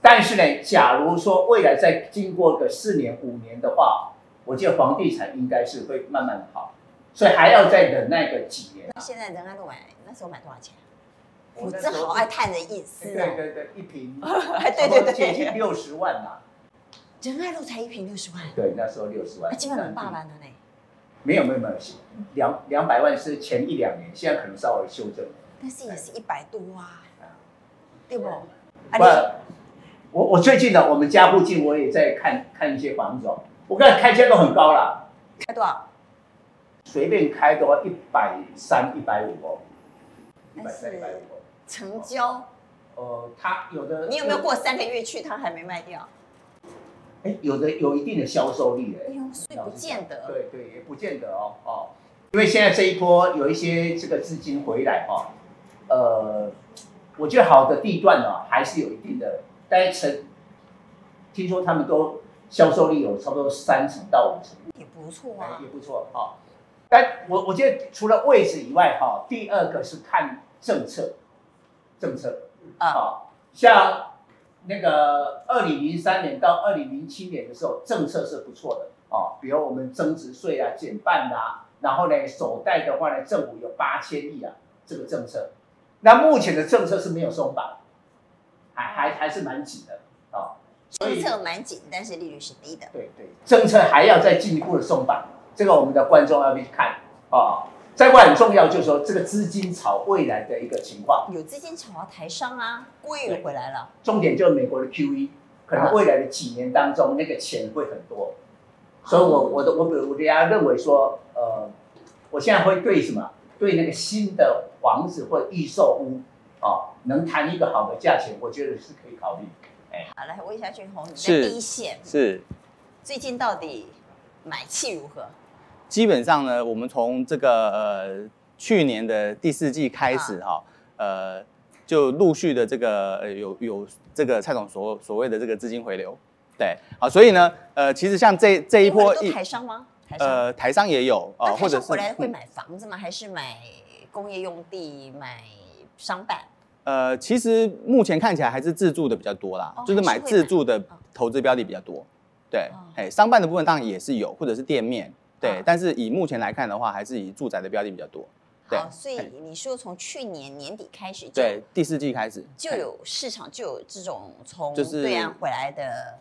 Speaker 3: 但是呢，假如说未来再经过个四年五年的话，我觉得房地产应该是会慢慢好，所以还要再忍耐个几年
Speaker 1: 那
Speaker 3: 啊。
Speaker 1: 现在仁爱路买那时候买多少钱？
Speaker 3: 我
Speaker 1: 我
Speaker 3: 那
Speaker 1: 真
Speaker 3: 时候
Speaker 1: 好爱探人隐
Speaker 3: 对
Speaker 1: 私哦。
Speaker 3: 对对，一平，
Speaker 1: 哎 对对对
Speaker 3: 接近六十万嘛。
Speaker 1: 仁爱路才一平六十万，
Speaker 3: 对，那时候六十万
Speaker 1: 那，基本上八万了呢。
Speaker 3: 没有没有没有，两两百万是前一两年，现在可能稍微修正。
Speaker 1: 但是也是一百多啊，对不？啊
Speaker 3: 不然，
Speaker 1: 你
Speaker 3: 我我最近的我们家附近我也在看看一些房子哦，我看开价都很高啦，
Speaker 1: 开多少？
Speaker 3: 随便开都要一百三、一百五哦，一百
Speaker 1: 但
Speaker 3: 三、
Speaker 1: 是
Speaker 3: 一百五哦。
Speaker 1: 成交，
Speaker 3: 呃，它有的
Speaker 1: 你有没有过三个月去，它还没卖掉？
Speaker 3: 哎，有的有一定的销售力
Speaker 1: 哎
Speaker 3: 哎，
Speaker 1: 呦，所以不见得。
Speaker 3: 对对，也不见得哦哦，因为现在这一波有一些这个资金回来哈、哦，呃，我觉得好的地段呢、还是有一定的，但是成听说他们都销售力有差不多三成到五成，
Speaker 1: 也不错
Speaker 3: 哎
Speaker 1: 啊
Speaker 3: 也。不错哈、但我我觉得除了位置以外哈、第二个是看政策，政策。
Speaker 1: 啊，
Speaker 3: 好、像那个二零零三年到二零零七年的时候，政策是不错的哦，比如我们增值税啊减半啦、然后呢，首贷的话呢，政府有八千亿啊这个政策。那目前的政策是没有松绑，还还还是蛮紧的哦。所
Speaker 1: 政
Speaker 3: 以
Speaker 1: 策蛮紧，但是利率是低的。
Speaker 3: 对对，政策还要再进一步的松绑，这个我们的观众要去看哦。再过来很重要，就是说这个资金潮未来的一个情况。
Speaker 1: 有资金炒到台商啊，郭也回来了。
Speaker 3: 重点就是美国的 QE，可能未来的几年当中，那个钱会很多。所以我我的我我人家认为说，呃，我现在会对什么？对那个新的房子或预售屋，哦，能谈一个好的价钱，我觉得是可以考虑。
Speaker 1: 好，来问一下俊宏，你在
Speaker 2: 是
Speaker 1: 第一线，
Speaker 2: 是。
Speaker 1: 最近到底买气如何？
Speaker 2: 基本上呢，我们从这个呃去年的第四季开始
Speaker 1: 啊
Speaker 2: 哈、呃，就陆续的这个呃有有这个蔡总所所谓的这个资金回流，对，好，所以呢，呃，其实像这这一波
Speaker 1: 因为
Speaker 2: 一
Speaker 1: 都台商吗？台商。
Speaker 2: 呃台商也有
Speaker 1: 那
Speaker 2: 呃，
Speaker 1: 台
Speaker 2: 或
Speaker 1: 商
Speaker 2: 者是
Speaker 1: 回来会买房子吗？还是买工业用地、买商办？
Speaker 2: 呃，其实目前看起来还是自住的比较多啦，
Speaker 1: 哦
Speaker 2: 就是
Speaker 1: 还
Speaker 2: 买
Speaker 1: 是会
Speaker 2: 自住的
Speaker 1: 哦
Speaker 2: 投资标的比较多。对
Speaker 1: 哦，
Speaker 2: 哎、商办的部分当然也是有，或者是店面，对，
Speaker 1: 哦
Speaker 2: 但是以目前来看的话，还是以住宅的标的比较多。对
Speaker 1: 好，所以
Speaker 2: 哎
Speaker 1: 你说从去年年底开始就
Speaker 2: 对，第四季开始
Speaker 1: 就
Speaker 2: 哎
Speaker 1: 有市场就有这种从
Speaker 2: 就是
Speaker 1: 对岸回来的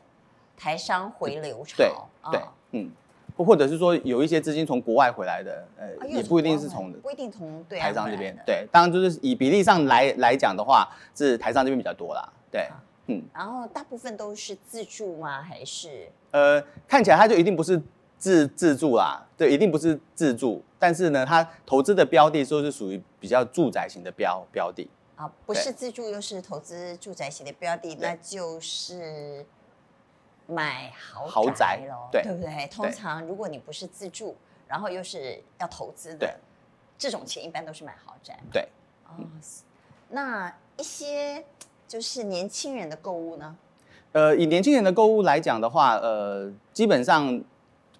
Speaker 1: 台商回流潮，
Speaker 2: 对
Speaker 1: 啊
Speaker 2: 对，嗯，或或者是说有一些资金从国外回来的，
Speaker 1: 啊
Speaker 2: 呃，
Speaker 1: 又
Speaker 2: 也不一定
Speaker 1: 国
Speaker 2: 是
Speaker 1: 外
Speaker 2: 从
Speaker 1: 不一定从对啊岸
Speaker 2: 台商这
Speaker 1: 回来
Speaker 2: 边
Speaker 1: 的。
Speaker 2: 对，当然就是以比例上来来讲的话，是台商这边比较多啦。对，
Speaker 1: 啊
Speaker 2: 嗯，
Speaker 1: 然后大部分都是自住吗？还是
Speaker 2: 呃，看起来它就一定不是自自住啦，对，一定不是自住，但是呢，它投资的标的就是属于比较住宅型的标标的，
Speaker 1: 啊，不
Speaker 2: 对
Speaker 1: 是自住又是投资住宅型的标的，那就是买豪
Speaker 2: 豪宅
Speaker 1: 喽，
Speaker 2: 对
Speaker 1: 不对？通
Speaker 2: 对
Speaker 1: 常如果你不是自住，然后又是要投资
Speaker 2: 对
Speaker 1: 的，这种钱一般都是买豪宅嘛。
Speaker 2: 对，
Speaker 1: 啊、
Speaker 2: 嗯
Speaker 1: 那一些就是年轻人的购物呢？
Speaker 2: 呃，以年轻人的购物来讲的话，呃，基本上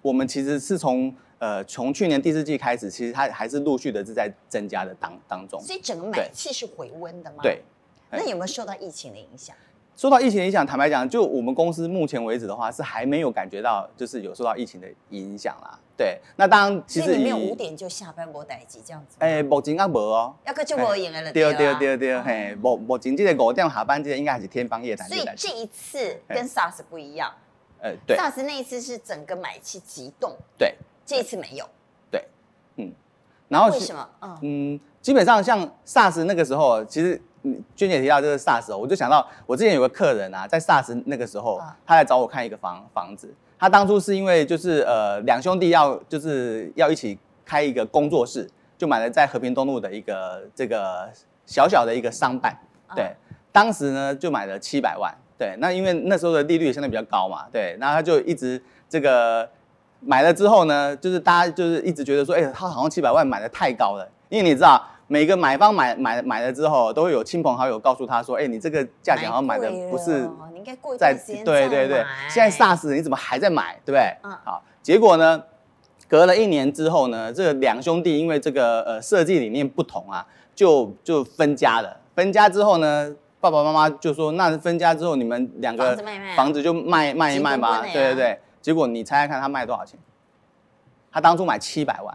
Speaker 2: 我们其实是从呃从去年第四季开始，其实它还是陆续的是在增加的当当中。
Speaker 1: 所以整个买气是回温的吗？
Speaker 2: 对，，哎
Speaker 1: 那有没有受到疫情的影响？
Speaker 2: 受到疫情的影响，坦白讲，就我们公司目前为止的话，是还没有感觉到就是有受到疫情的影响啦。对，那当然其
Speaker 1: 所
Speaker 2: 实
Speaker 1: 以你没有
Speaker 2: 以
Speaker 1: 五，点就下班我待机这样子。哎，
Speaker 2: 哎，目前啊无哦。
Speaker 1: 要跟就我而言了，
Speaker 2: 对对
Speaker 1: 吧
Speaker 2: 对对，嘿，目目前这个五点下班，这个应该还是天方夜谭。
Speaker 1: 哦所以这一次
Speaker 2: 哎
Speaker 1: 跟 SARS 不一样
Speaker 2: 呃，对
Speaker 1: ，SARS 那一次是整个买气急动，
Speaker 2: 对，
Speaker 1: 这一次没有，
Speaker 2: 然后
Speaker 1: 为
Speaker 2: 是
Speaker 1: 什么？嗯，
Speaker 2: 嗯，基本上像 SARS 那个时候，其实嗯娟姐提到这个 SARS，哦我就想到我之前有个客人啊，在 SARS 那个时候
Speaker 1: 啊，
Speaker 2: 他来找我看一个房房子。他当初是因为就是呃两兄弟要就是要一起开一个工作室，就买了在和平东路的一个这个小小的一个商办。
Speaker 1: 啊
Speaker 2: 对，当时呢就买了七百万，对，那因为那时候的利率相对比较高嘛，对，那他就一直这个买了之后呢，就是大家就是一直觉得说，哎、他好像七百万买的太高了，因为你知道每个买方买买买了之后，都会有亲朋好友告诉他说，哎、你这个价钱好像买的
Speaker 1: 贵了
Speaker 2: 不是
Speaker 1: 你应该过一
Speaker 2: 在
Speaker 1: 段时间
Speaker 2: 对
Speaker 1: 再
Speaker 2: 对对
Speaker 1: 买，
Speaker 2: 现在 SARS 你怎么还在买，对不对？
Speaker 1: 嗯
Speaker 2: 好，结果呢，隔了一年之后呢，这个两兄弟因为这个呃设计理念不同啊，就就分家了。分家之后呢，爸爸妈妈就说，那分家之后你们两
Speaker 1: 房
Speaker 2: 个
Speaker 1: 子卖一卖啊
Speaker 2: 房子就卖卖一卖吧，
Speaker 1: 急滚滚
Speaker 2: 对
Speaker 1: 的呀
Speaker 2: 对对。结果你猜猜看他卖多少钱？他当初买七百万，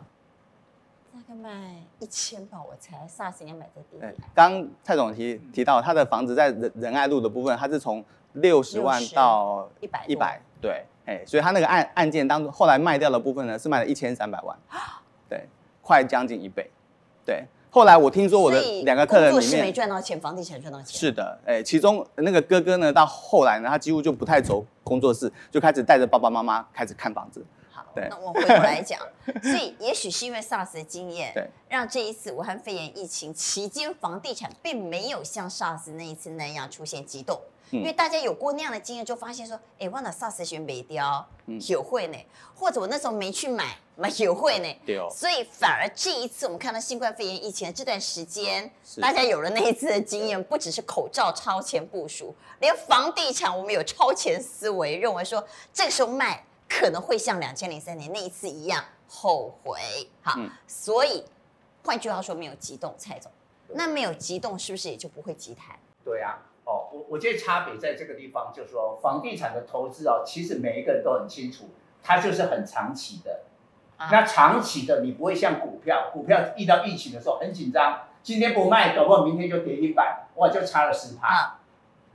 Speaker 1: 大概卖一千吧，我猜 SARS 应该买在低
Speaker 2: 对
Speaker 1: 点，
Speaker 2: 刚蔡总提提到他的房子在仁仁爱路的部分，他是从六十万
Speaker 1: 60
Speaker 2: 到
Speaker 1: 100
Speaker 2: 一百，对，哎，所以他那个案案件当 中后来卖掉的部分呢，是卖了一千三百万，对，快将近一倍，对，后来我听说我的
Speaker 1: 所以
Speaker 2: 两个客人
Speaker 1: 工
Speaker 2: 里
Speaker 1: 作室没
Speaker 2: 面
Speaker 1: 赚到钱，房地产赚到钱。
Speaker 2: 是的，哎、其中那个哥哥呢，到后来呢，他几乎就不太走工作室，就开始带着爸爸妈妈开始看房子。
Speaker 1: 好，
Speaker 2: 对
Speaker 1: 那我回头来 讲，所以也许是因为 SARS 的经验
Speaker 2: 对，
Speaker 1: 让这一次武汉肺炎疫情期间，房地产并没有像 SARS 那一次那样出现激动。
Speaker 2: 嗯
Speaker 1: 因为大家有过那样的经验，就发现说，哎，忘了 SARS 选北雕
Speaker 2: 嗯
Speaker 1: 有会呢，或者我那时候没去买，买有会呢，
Speaker 2: 对哦
Speaker 1: 所以反而这一次我们看到新冠肺炎疫情的这段时间，
Speaker 2: 是
Speaker 1: 大家有了那一次的经验，不只是口罩超前部署， 连房地产我们有超前思维，认为说这个时候卖可能会像两千零三年那一次一样后悔。好，
Speaker 2: 嗯
Speaker 1: 所以换句话说，没有激动，蔡总，那没有激动是不是也就不会急谈？
Speaker 3: 对啊，哦，我我觉得差别在这个地方，就是说房地产的投资哦，其实每一个人都很清楚，它就是很长期的。
Speaker 1: 啊
Speaker 3: 那长期的你不会像股票，股票遇到疫情的时候很紧张，今天不卖，搞不好明天就跌一百，哇，就差了十趴。
Speaker 1: 啊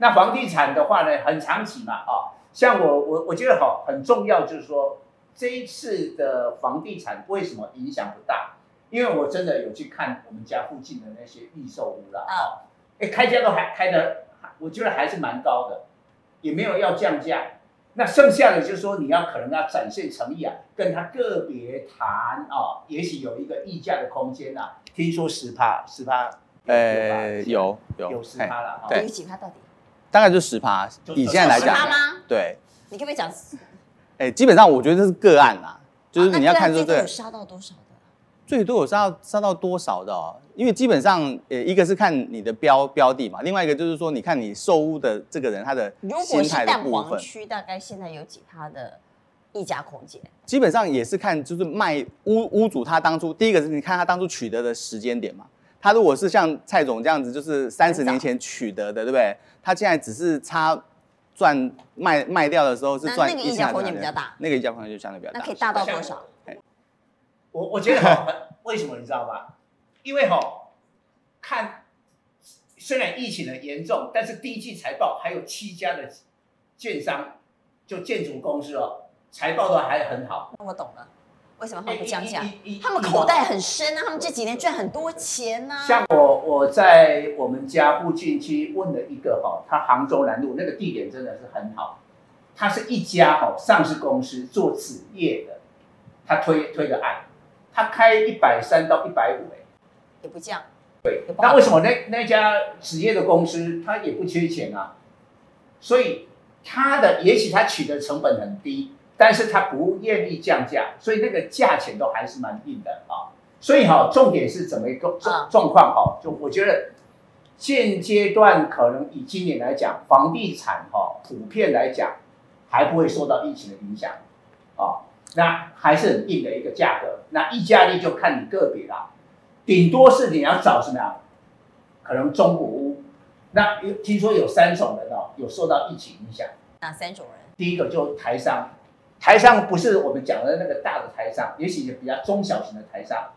Speaker 3: 那房地产的话呢，很长期嘛，啊、像我我我觉得好很重要，就是说这一次的房地产为什么影响不大？因为我真的有去看我们家附近的那些预售屋啦，
Speaker 1: 啊
Speaker 3: 啊、哎、开价都还开的，还我觉得还是蛮高的，也没有要降价。那剩下的就是说你要可能要展现诚意啊，跟他个别谈啊、也许有一个议价的空间啊。听说十趴，十趴，
Speaker 2: 呃，
Speaker 3: 有吧
Speaker 2: 有有
Speaker 3: 有十
Speaker 2: 哎
Speaker 3: 趴了，啊
Speaker 2: 对
Speaker 1: 有几趴到底？
Speaker 2: 大概就十趴
Speaker 3: 就，
Speaker 2: 以现在来
Speaker 1: 十
Speaker 2: 讲
Speaker 1: 趴，吗？
Speaker 2: 对，
Speaker 1: 你可不可以讲？
Speaker 2: 哎、基本上我觉得这是个案啦，就是你要看
Speaker 1: 这
Speaker 2: 说这个
Speaker 1: 啊有杀到多少的？
Speaker 2: 最多有杀到杀到多少的、哦，因为基本上呃一个是看你的标标的嘛，另外一个就是说你看你售屋的这个人他的
Speaker 1: 如果
Speaker 2: 心
Speaker 1: 是
Speaker 2: 态的
Speaker 1: 蛋
Speaker 2: 部
Speaker 1: 黄
Speaker 2: 分，
Speaker 1: 区，大概现在有几趴的溢价空间？
Speaker 2: 基本上也是看就是卖屋屋主他当初第一个是你看他当初取得的时间点嘛，他如果是像蔡总这样子就是三十年前取得的，对不对？他现在只是差赚卖卖掉的时候是
Speaker 1: 那
Speaker 2: 赚
Speaker 1: 那个
Speaker 2: 一
Speaker 1: 溢价
Speaker 2: 下的
Speaker 1: 空
Speaker 2: 那
Speaker 1: 间比较大
Speaker 2: 那个溢价空间就相对比较
Speaker 1: 那
Speaker 2: 大
Speaker 1: 可以。大到多少？
Speaker 3: 我我觉得哈，为什么你知道吧？因为哈，看虽然疫情很严重，但是第一季财报还有七家的建商，就建筑公司哦，财报都还很好。
Speaker 1: 我懂了，为什么
Speaker 3: 哎
Speaker 1: 他们不降价？
Speaker 3: 一，一哦
Speaker 1: 他们口袋很深啊，他们这几年赚很多钱啊呐、
Speaker 3: 像我我在我们家附近去问了一个哈，他杭州南路那个地点真的是很好，他是一家哈上市公司做纸业的，他推推的案，他开一百三到一百五哎。
Speaker 1: 也不降，
Speaker 3: 对
Speaker 1: 也，不好
Speaker 3: 那为什么那那家职业的公司它也不缺钱啊？所以它的也许它取得成本很低，但是它不愿意降价，所以那个价钱都还是蛮硬的啊。所以哈、重点是怎么一个
Speaker 1: 啊
Speaker 3: 状状况哈、就我觉得现阶段可能以今年来讲，房地产哈、普遍来讲还不会受到疫情的影响啊，那还是很硬的一个价格。那溢价率就看你个别啦，顶多是你要找什么呀？可能中古屋。那有听说有三种人哦，有受到疫情影响。
Speaker 1: 哪三种人？
Speaker 3: 第一个就台商，台商不是我们讲的那个大的台商，也许也比较中小型的台商。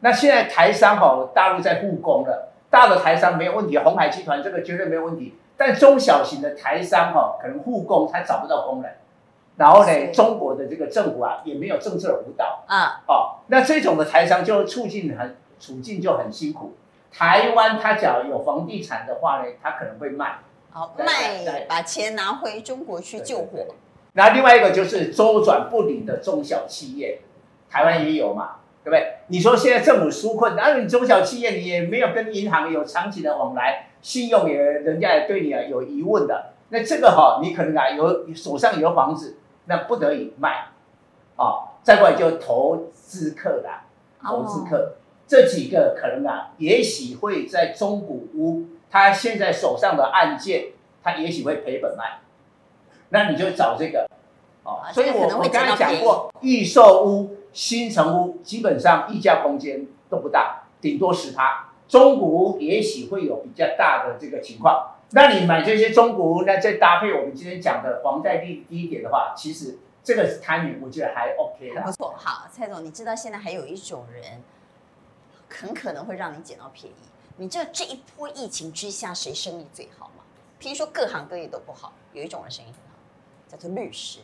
Speaker 3: 那现在台商哦，大陆在复工了，大的台商没有问题，红海集团这个绝对没有问题。但中小型的台商哦，可能复工他找不到工人，然后
Speaker 1: 是
Speaker 3: 呢，中国的这个政府啊也没有政策辅导，
Speaker 1: 啊，
Speaker 3: 哦，那这种的台商就促进很处境就很辛苦。台湾他只要有房地产的话呢，他可能会卖。
Speaker 1: 好
Speaker 3: 对
Speaker 1: 卖，
Speaker 3: 对
Speaker 1: 把钱拿回中国去救
Speaker 3: 对对
Speaker 1: 火
Speaker 3: 对。那另外一个就是周转不灵的中小企业，台湾也有嘛，对不对？你说现在政府纾困，那你中小企业你也没有跟银行有长期的往来，信用也人家也对你啊有疑问的，那这个哈、你可能啊有手上有房子，那不得已卖，哦，再过来就投资客啦，
Speaker 1: 哦
Speaker 3: 投资客，这几个可能啊，也许会在中古屋，他现在手上的案件，他也许会赔本卖，那你就找这个，哦
Speaker 1: 啊，
Speaker 3: 所以
Speaker 1: 这个
Speaker 3: 我
Speaker 1: 可能会
Speaker 3: 我刚才
Speaker 1: 捡到
Speaker 3: 讲过，预售屋、新城屋基本上溢价空间都不大，顶多十趴，中古屋也许会有比较大的这个情况。那你买这些中古屋，那再搭配我们今天讲的房贷率低一点的话，其实这个 timing 我觉得还 OK
Speaker 1: 还
Speaker 3: 啦
Speaker 1: 不。错。好，蔡总，你知道现在还有一种人，很可能会让你捡到便宜。你知道这一波疫情之下，谁生意最好吗？听说各行各业都不好，有一种人生意很好，叫做律师，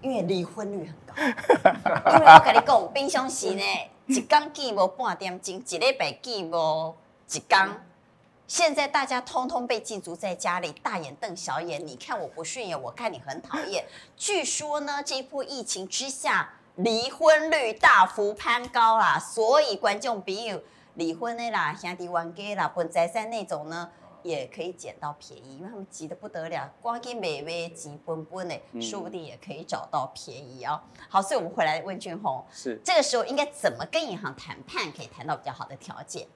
Speaker 1: 因为离婚率很高。因为我跟你讲，冰箱席呢，一天记无半点钟，一礼拜记无一天。现在大家通通被禁足在家里，大眼瞪小眼，你看我不顺眼，我看你很讨厌。据说呢，这一波疫情之下，离婚率大幅攀高啦，所以观众朋友，离婚的啦、兄弟冤家啦、本财产那种呢，也可以捡到便宜，因为他们急得不得了，光给美美急奔奔的，
Speaker 2: 嗯
Speaker 1: 说不定也可以找到便宜哦。好，所以我们回来问俊宏，
Speaker 2: 是，
Speaker 1: 这个时候应该怎么跟银行谈判，可以谈到比较好的条件？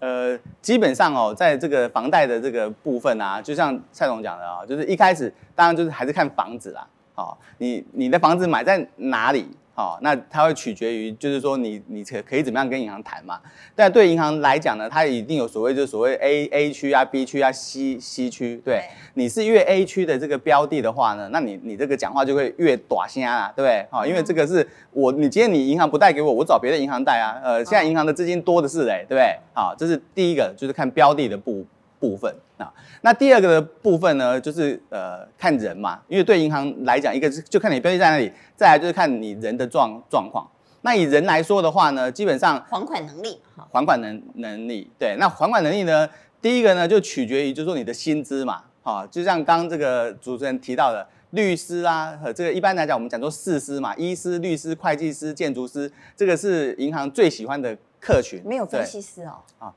Speaker 2: 呃，基本上哦，在这个房贷的这个部分啊，就像蔡总讲的啊、就是一开始当然就是还是看房子啦，哦，你你的房子买在哪里，哦，那它会取决于就是说你你可可以怎么样跟银行谈嘛。但对银行来讲呢，它一定有所谓就是所谓 A A 区啊、B 区啊、C C 区，对，
Speaker 1: 对
Speaker 2: 你是越 A 区的这个标的的话呢，那你你这个讲话就会越短线啊，对不对？好、因为这个是我你今天你银行不贷给我，我找别的银行贷啊，呃，现在银行的资金多的是嘞、对不对？好、这是第一个，就是看标的的部部分啊。那第二个的部分呢，就是呃看人嘛，因为对银行来讲，一个是就看你标的在哪里，再来就是看你人的状状况。那以人来说的话呢，基本上
Speaker 1: 还款能力哈。
Speaker 2: 还款能能力。对，那还款能力呢，第一个呢就取决于就是说你的薪资嘛，啊，就像刚刚这个主持人提到的。律师啊，和这个一般来讲，我们讲说四师嘛，医师、律师、会计师、建筑师，这个是银行最喜欢的客群。
Speaker 1: 没有分
Speaker 2: 对
Speaker 1: 析师哦。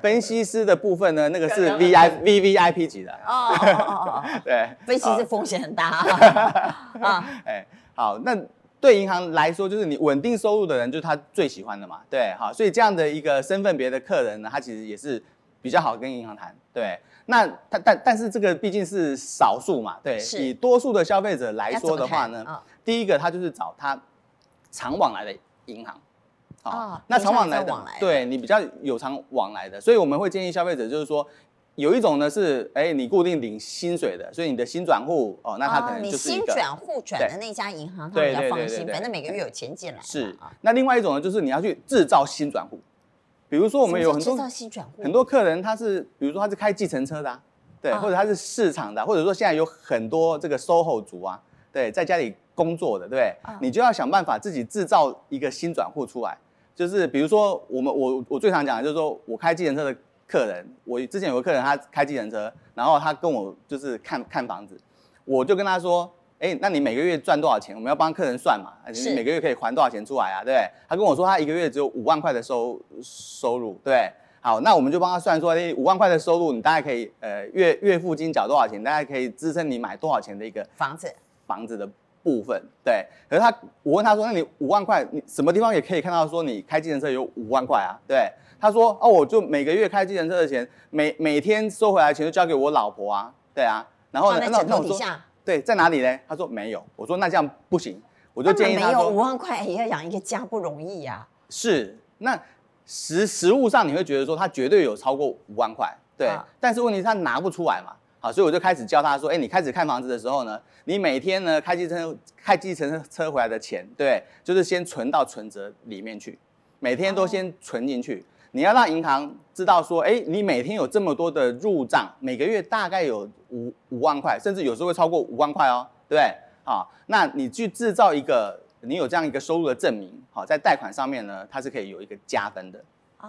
Speaker 2: 分析师的部分呢，那个是
Speaker 3: 刚刚
Speaker 2: V I V V I P 级的，
Speaker 1: 哦哦哦哦哦，
Speaker 2: 对，
Speaker 1: 分析
Speaker 2: 啊
Speaker 1: 师风险很大啊。 啊
Speaker 2: 哎，好，那对银行来说，就是你稳定收入的人，就是他最喜欢的嘛，对，好，所以这样的一个身份别的客人呢，他其实也是比较好跟银行谈，对。那他但但是这个毕竟是少数嘛，对，
Speaker 1: 是
Speaker 2: 以多数的消费者来
Speaker 1: 要
Speaker 2: 说
Speaker 1: 怎么
Speaker 2: 的话
Speaker 1: 谈
Speaker 2: 呢，
Speaker 1: 啊
Speaker 2: 第一个他就是找他常往来的银行。好
Speaker 1: 哦
Speaker 2: 那
Speaker 1: 平
Speaker 2: 常
Speaker 1: 常
Speaker 2: 往
Speaker 1: 比较
Speaker 2: 来的，
Speaker 1: 往来的
Speaker 2: 对你比较有常往来的，所以我们会建议消费者就是说，有一种呢是，哎，你固定领薪水的，所以你的新转户哦，那他可能
Speaker 1: 啊你
Speaker 2: 就是一
Speaker 1: 新
Speaker 2: 个、
Speaker 1: 转户转的那家银行，他比
Speaker 2: 对
Speaker 1: 较
Speaker 2: 对
Speaker 1: 放
Speaker 2: 对对
Speaker 1: 心，
Speaker 2: 对
Speaker 1: 反正每个月有钱进来嘛。
Speaker 2: 是
Speaker 1: 啊，
Speaker 2: 那另外一种呢，就是你要去制造新转户，比如说我们有很
Speaker 1: 什么叫制造
Speaker 2: 多
Speaker 1: 新转户，
Speaker 2: 很多客人，他是比如说他是开计程车的、啊，对，
Speaker 1: 啊
Speaker 2: 或者他是市场的啊、或者说现在有很多这个 SOHO 族啊，对，在家里工作的，对，
Speaker 1: 啊
Speaker 2: 你就要想办法自己制造一个新转户出来，就是比如说我们我我最常讲的就是说我开计程车的客人，我之前有个客人他开计程车，然后他跟我就是看看房子，我就跟他说。哎，那你每个月赚多少钱？我们要帮客人算嘛，你
Speaker 1: 是
Speaker 2: 每个月可以还多少钱出来啊？对不对？他跟我说他一个月只有五万块的收收入，对不对。好，那我们就帮他算说，哎，五万块的收入，你大概可以呃月月付金缴多少钱？大概可以支撑你买多少钱的一个
Speaker 1: 房子
Speaker 2: 房子的部分，对。可是他，我问他说，那你五万块，你什么地方也可以看到说你开计程车有五万块啊？对。他说，哦，我就每个月开计程车的钱，每每天收回来的钱就交给我老婆啊，对啊。然后
Speaker 1: 放
Speaker 2: 呢，
Speaker 1: 在
Speaker 2: 那
Speaker 1: 枕
Speaker 2: 那
Speaker 1: 头
Speaker 2: 我
Speaker 1: 底
Speaker 2: 说，
Speaker 1: 下，
Speaker 2: 对，在哪里呢？他说没有。我说那这样不行，
Speaker 1: 我
Speaker 2: 我就建议
Speaker 1: 没
Speaker 2: 他
Speaker 1: 有
Speaker 2: 说
Speaker 1: 五万块也要养一个家不容易啊呀。
Speaker 2: 是，那实实物上你会觉得说他绝对有超过五万块，对，
Speaker 1: 啊
Speaker 2: 但是问题是他拿不出来嘛。好，所以我就开始教他说，哎、你开始看房子的时候呢，你每天呢开计程开计程车回来的钱，对，就是先存到存折里面去，每天都先存进去。你要让银行知道说，哎、你每天有这么多的入账，每个月大概有五五万块，甚至有时候会超过五万块哦，对不对？好，那你去制造一个你有这样一个收入的证明，好，在贷款上面呢，它是可以有一个加分的。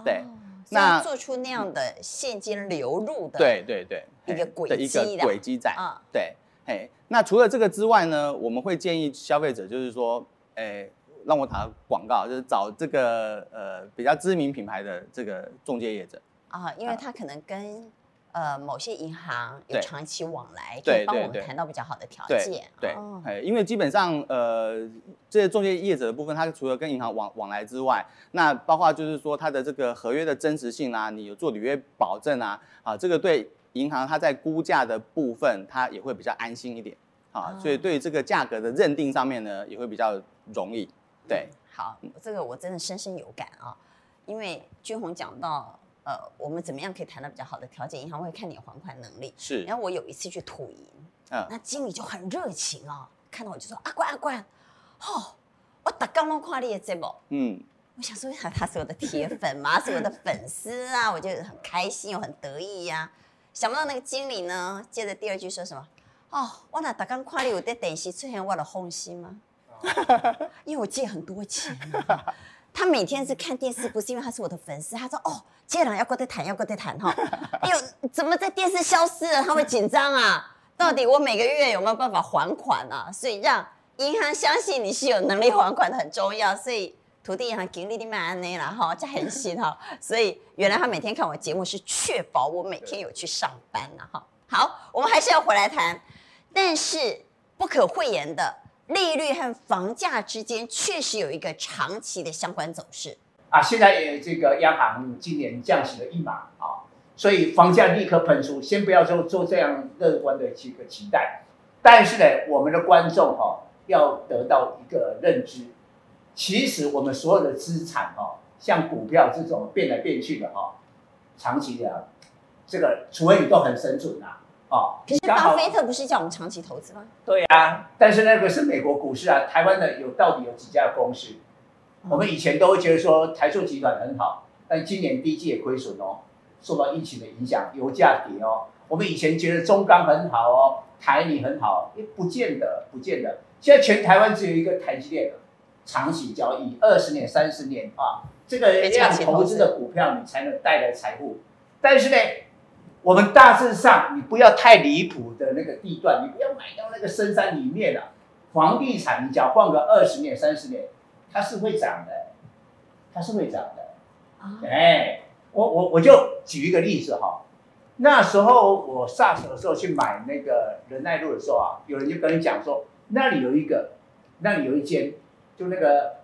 Speaker 2: 对
Speaker 1: 哦，
Speaker 2: 那
Speaker 1: 那做出那样的现金流入的，
Speaker 2: 对对对，
Speaker 1: 一个
Speaker 2: 嘿
Speaker 1: 轨
Speaker 2: 的一
Speaker 1: 迹
Speaker 2: 个
Speaker 1: 啦
Speaker 2: 轨迹在。
Speaker 1: 啊，
Speaker 2: 对，哎，那除了这个之外呢，我们会建议消费者就是说，哎，让我打个广告，就是找这个呃比较知名品牌的这个中介业者。
Speaker 1: 啊，因为他可能跟呃某些银行有
Speaker 2: 对
Speaker 1: 长期往来，可
Speaker 2: 对
Speaker 1: 以帮
Speaker 2: 对
Speaker 1: 我们
Speaker 2: 对
Speaker 1: 谈到比较好的条
Speaker 2: 对
Speaker 1: 件。
Speaker 2: 对
Speaker 1: 哦，
Speaker 2: 哎，因为基本上呃，这些中介业者的部分，它除了跟银行往往来之外，那包括就是说它的这个合约的真实性啊，你有做履约保证啊，啊，这个对银行它在估价的部分，它也会比较安心一点啊
Speaker 1: 哦，
Speaker 2: 所以对于这个价格的认定上面呢，也会比较容易。
Speaker 1: 嗯
Speaker 2: 对，
Speaker 1: 好，这个我真的深深有感啊，因为君红讲到，呃，我们怎么样可以谈到比较好的条件，银行会看你的还款能力。
Speaker 2: 是
Speaker 1: 然，后我有一次去土银，
Speaker 2: 嗯
Speaker 1: 那经理就很热情啊，看到我就说阿冠阿冠，哦，我打刚刚看你的节目，
Speaker 2: 嗯，
Speaker 1: 我想说 他他是我的铁粉嘛，是我的粉丝啊，我就很开心又很得意呀、想不到那个经理呢，接着第二句说什么？哦，我那打刚看你有 在电视出现，我的红心吗？因为我借很多钱、啊，他每天是看电视，不是因为他是我的粉丝。他说：“哦，接了要过对谈，要过对谈哈。哎呦，怎么在电视消失了？他会紧张啊。到底我每个月有没有办法还款啊？所以让银行相信你是有能力还款的很重要。所以土地银行给力的蛮安啦哈，这很新哈。所以原来他每天看我节目是确保我每天有去上班呐、哈。好，我们还是要回来谈，但是不可讳言的。”利率和房价之间确实有一个长期的相关走势。
Speaker 3: 啊，现在也这个央行今年降息了一码啊，所以房价立刻喷出。先不要说做这样乐观的这个期待，但是呢，我们的观众哈、要得到一个认知，其实我们所有的资产哈、像股票这种变来变去的哈、长期的啊这个，除非你都很神准啊，哦，
Speaker 1: 可是
Speaker 3: 刚好
Speaker 1: 巴菲特不是叫我们长期投资吗？
Speaker 3: 对啊，但是那个是美国股市啊，台湾的有到底有几家公司？我们以前都会觉得说台塑集团很好，但今年第一季也亏损哦，受到疫情的影响，油价跌哦。我们以前觉得中钢很好哦，台泥很好，也不见得，不见得。现在全台湾只有一个台积电了，长期交易，二十年、三十年啊，这个
Speaker 1: 非常
Speaker 3: 要
Speaker 1: 期
Speaker 3: 投
Speaker 1: 投
Speaker 3: 资
Speaker 1: 资
Speaker 3: 的股票，你才能带来财富。但是呢，我们大致上，你不要太离谱的那个地段，你不要买到那个深山里面啊。房地产，你只要放个二十年、三十年，它是会涨的，它是会涨的。
Speaker 1: 啊，
Speaker 3: 哎，我我我就举一个例子哈，那时候我 SARS 的时候去买那个仁爱路的时候啊，有人就跟你讲说，那里有一个，那里有一间，就那个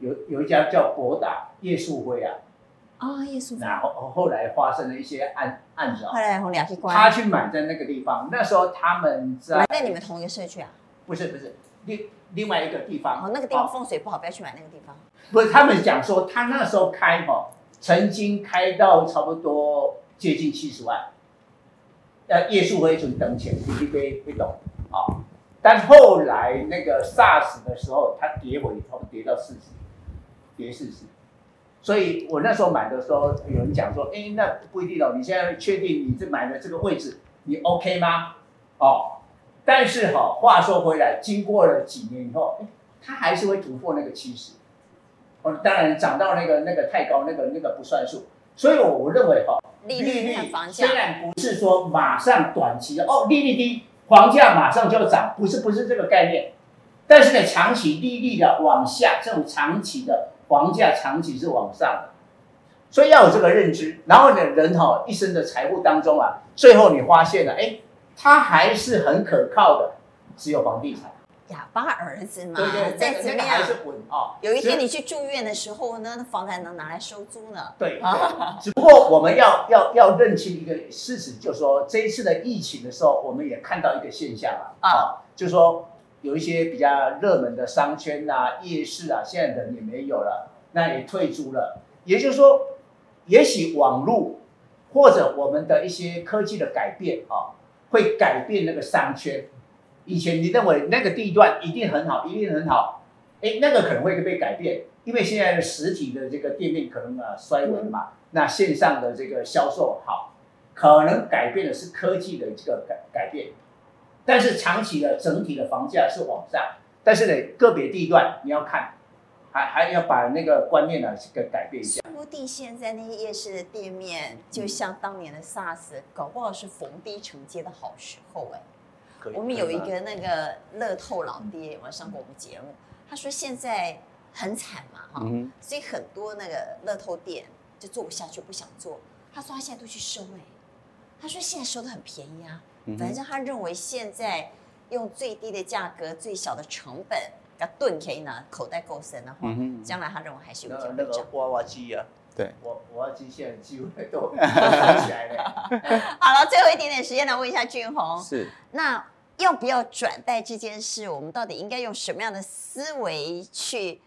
Speaker 3: 有有一家叫博达叶树辉啊，
Speaker 1: 啊，叶叔，
Speaker 3: 然后后来发生了一些案案子啊
Speaker 1: 后，来我们俩去
Speaker 3: 他
Speaker 1: 关，
Speaker 3: 去买在那个地方，那时候他们
Speaker 1: 我还
Speaker 3: 在
Speaker 1: 在你们同一个社区啊。
Speaker 3: 不是不是另另外一个地方，
Speaker 1: 哦，那个地方风水不好，不要去买那个地方。
Speaker 3: 不是，他们讲说他那时候开哈、曾经开到差不多接近七十万，呃，叶树辉准等钱，你被被懂啊、但后来那个 SARS 的时候，它跌回，差不多跌到四十，跌四十。所以我那时候买的时候，有人讲说，哎，那不一定哦，你现在确定你这买的这个位置，你 OK 吗？哦，但是哈、话说回来，经过了几年以后，哎，它还是会突破那个七十。哦，当然涨到那个那个太高，那个那个不算数。所以我我认为哈、
Speaker 1: 利率和房价
Speaker 3: 虽，然不是说马上短期的哦，利率低，房价马上就要涨，不是不是这个概念。但是呢，长期利率的往下，这种长期的房价长期是往上的，所以要有这个认知。然后呢，人哈、一生的财富当中啊，最后你发现了，哎，它还是很可靠的，只有房地产，
Speaker 1: 哑巴儿子嘛
Speaker 3: 对不 对？，
Speaker 1: 再
Speaker 3: 那
Speaker 1: 怎
Speaker 3: 个
Speaker 1: 么
Speaker 3: 还
Speaker 1: 样，
Speaker 3: 是稳啊。
Speaker 1: 有一天
Speaker 3: 只
Speaker 1: 你去住院的时候呢，那房子还能拿来收租呢。
Speaker 3: 对
Speaker 1: 啊，
Speaker 3: 只不过我们要要要认清一个事实，就是说这一次的疫情的时候，我们也看到一个现象啊，
Speaker 1: 啊
Speaker 3: 就是说有一些比较热门的商圈啊、夜市啊，现在人也没有了，那也退租了。也就是说，也许网络或者我们的一些科技的改变啊，会改变那个商圈。以前你认为那个地段一定很好，一定很好，哎，那个可能会被改变，因为现在的实体的这个店面可能啊衰微嘛，那线上的这个销售好，可能改变的是科技的这个改改变，但是长期的整体的房价是往上，但是呢，个别地段你要看，还还要把那个观念呢、这个改变一下。
Speaker 1: 说不定现在那些夜市的店面，就像当年的 SARS，搞不好是逢低承接的好时候哎、我们有一个那个乐透老爹，我上过我们节目，他说现在很惨嘛哈，
Speaker 2: 嗯
Speaker 1: 所以很多那个乐透店就做不下去，不想做。他说他现在都去收哎、他说现在收的很便宜啊，
Speaker 2: 嗯哼，
Speaker 1: 反正他认为现在用最低的价格、最小的成本，给盾可以拿口袋够深的话，
Speaker 2: 嗯哼
Speaker 1: 将来他认为还是有
Speaker 3: 那
Speaker 1: 机
Speaker 3: 那
Speaker 1: 会
Speaker 3: 个
Speaker 1: 涨。
Speaker 3: 娃娃机啊，
Speaker 2: 对，
Speaker 3: 我娃娃机现在几乎 都都烧起来 了。
Speaker 1: 好了，最后一点点时间来问一下俊宏，
Speaker 2: 是
Speaker 1: 那要不要转贷这件事，我们到底应该用什么样的思维去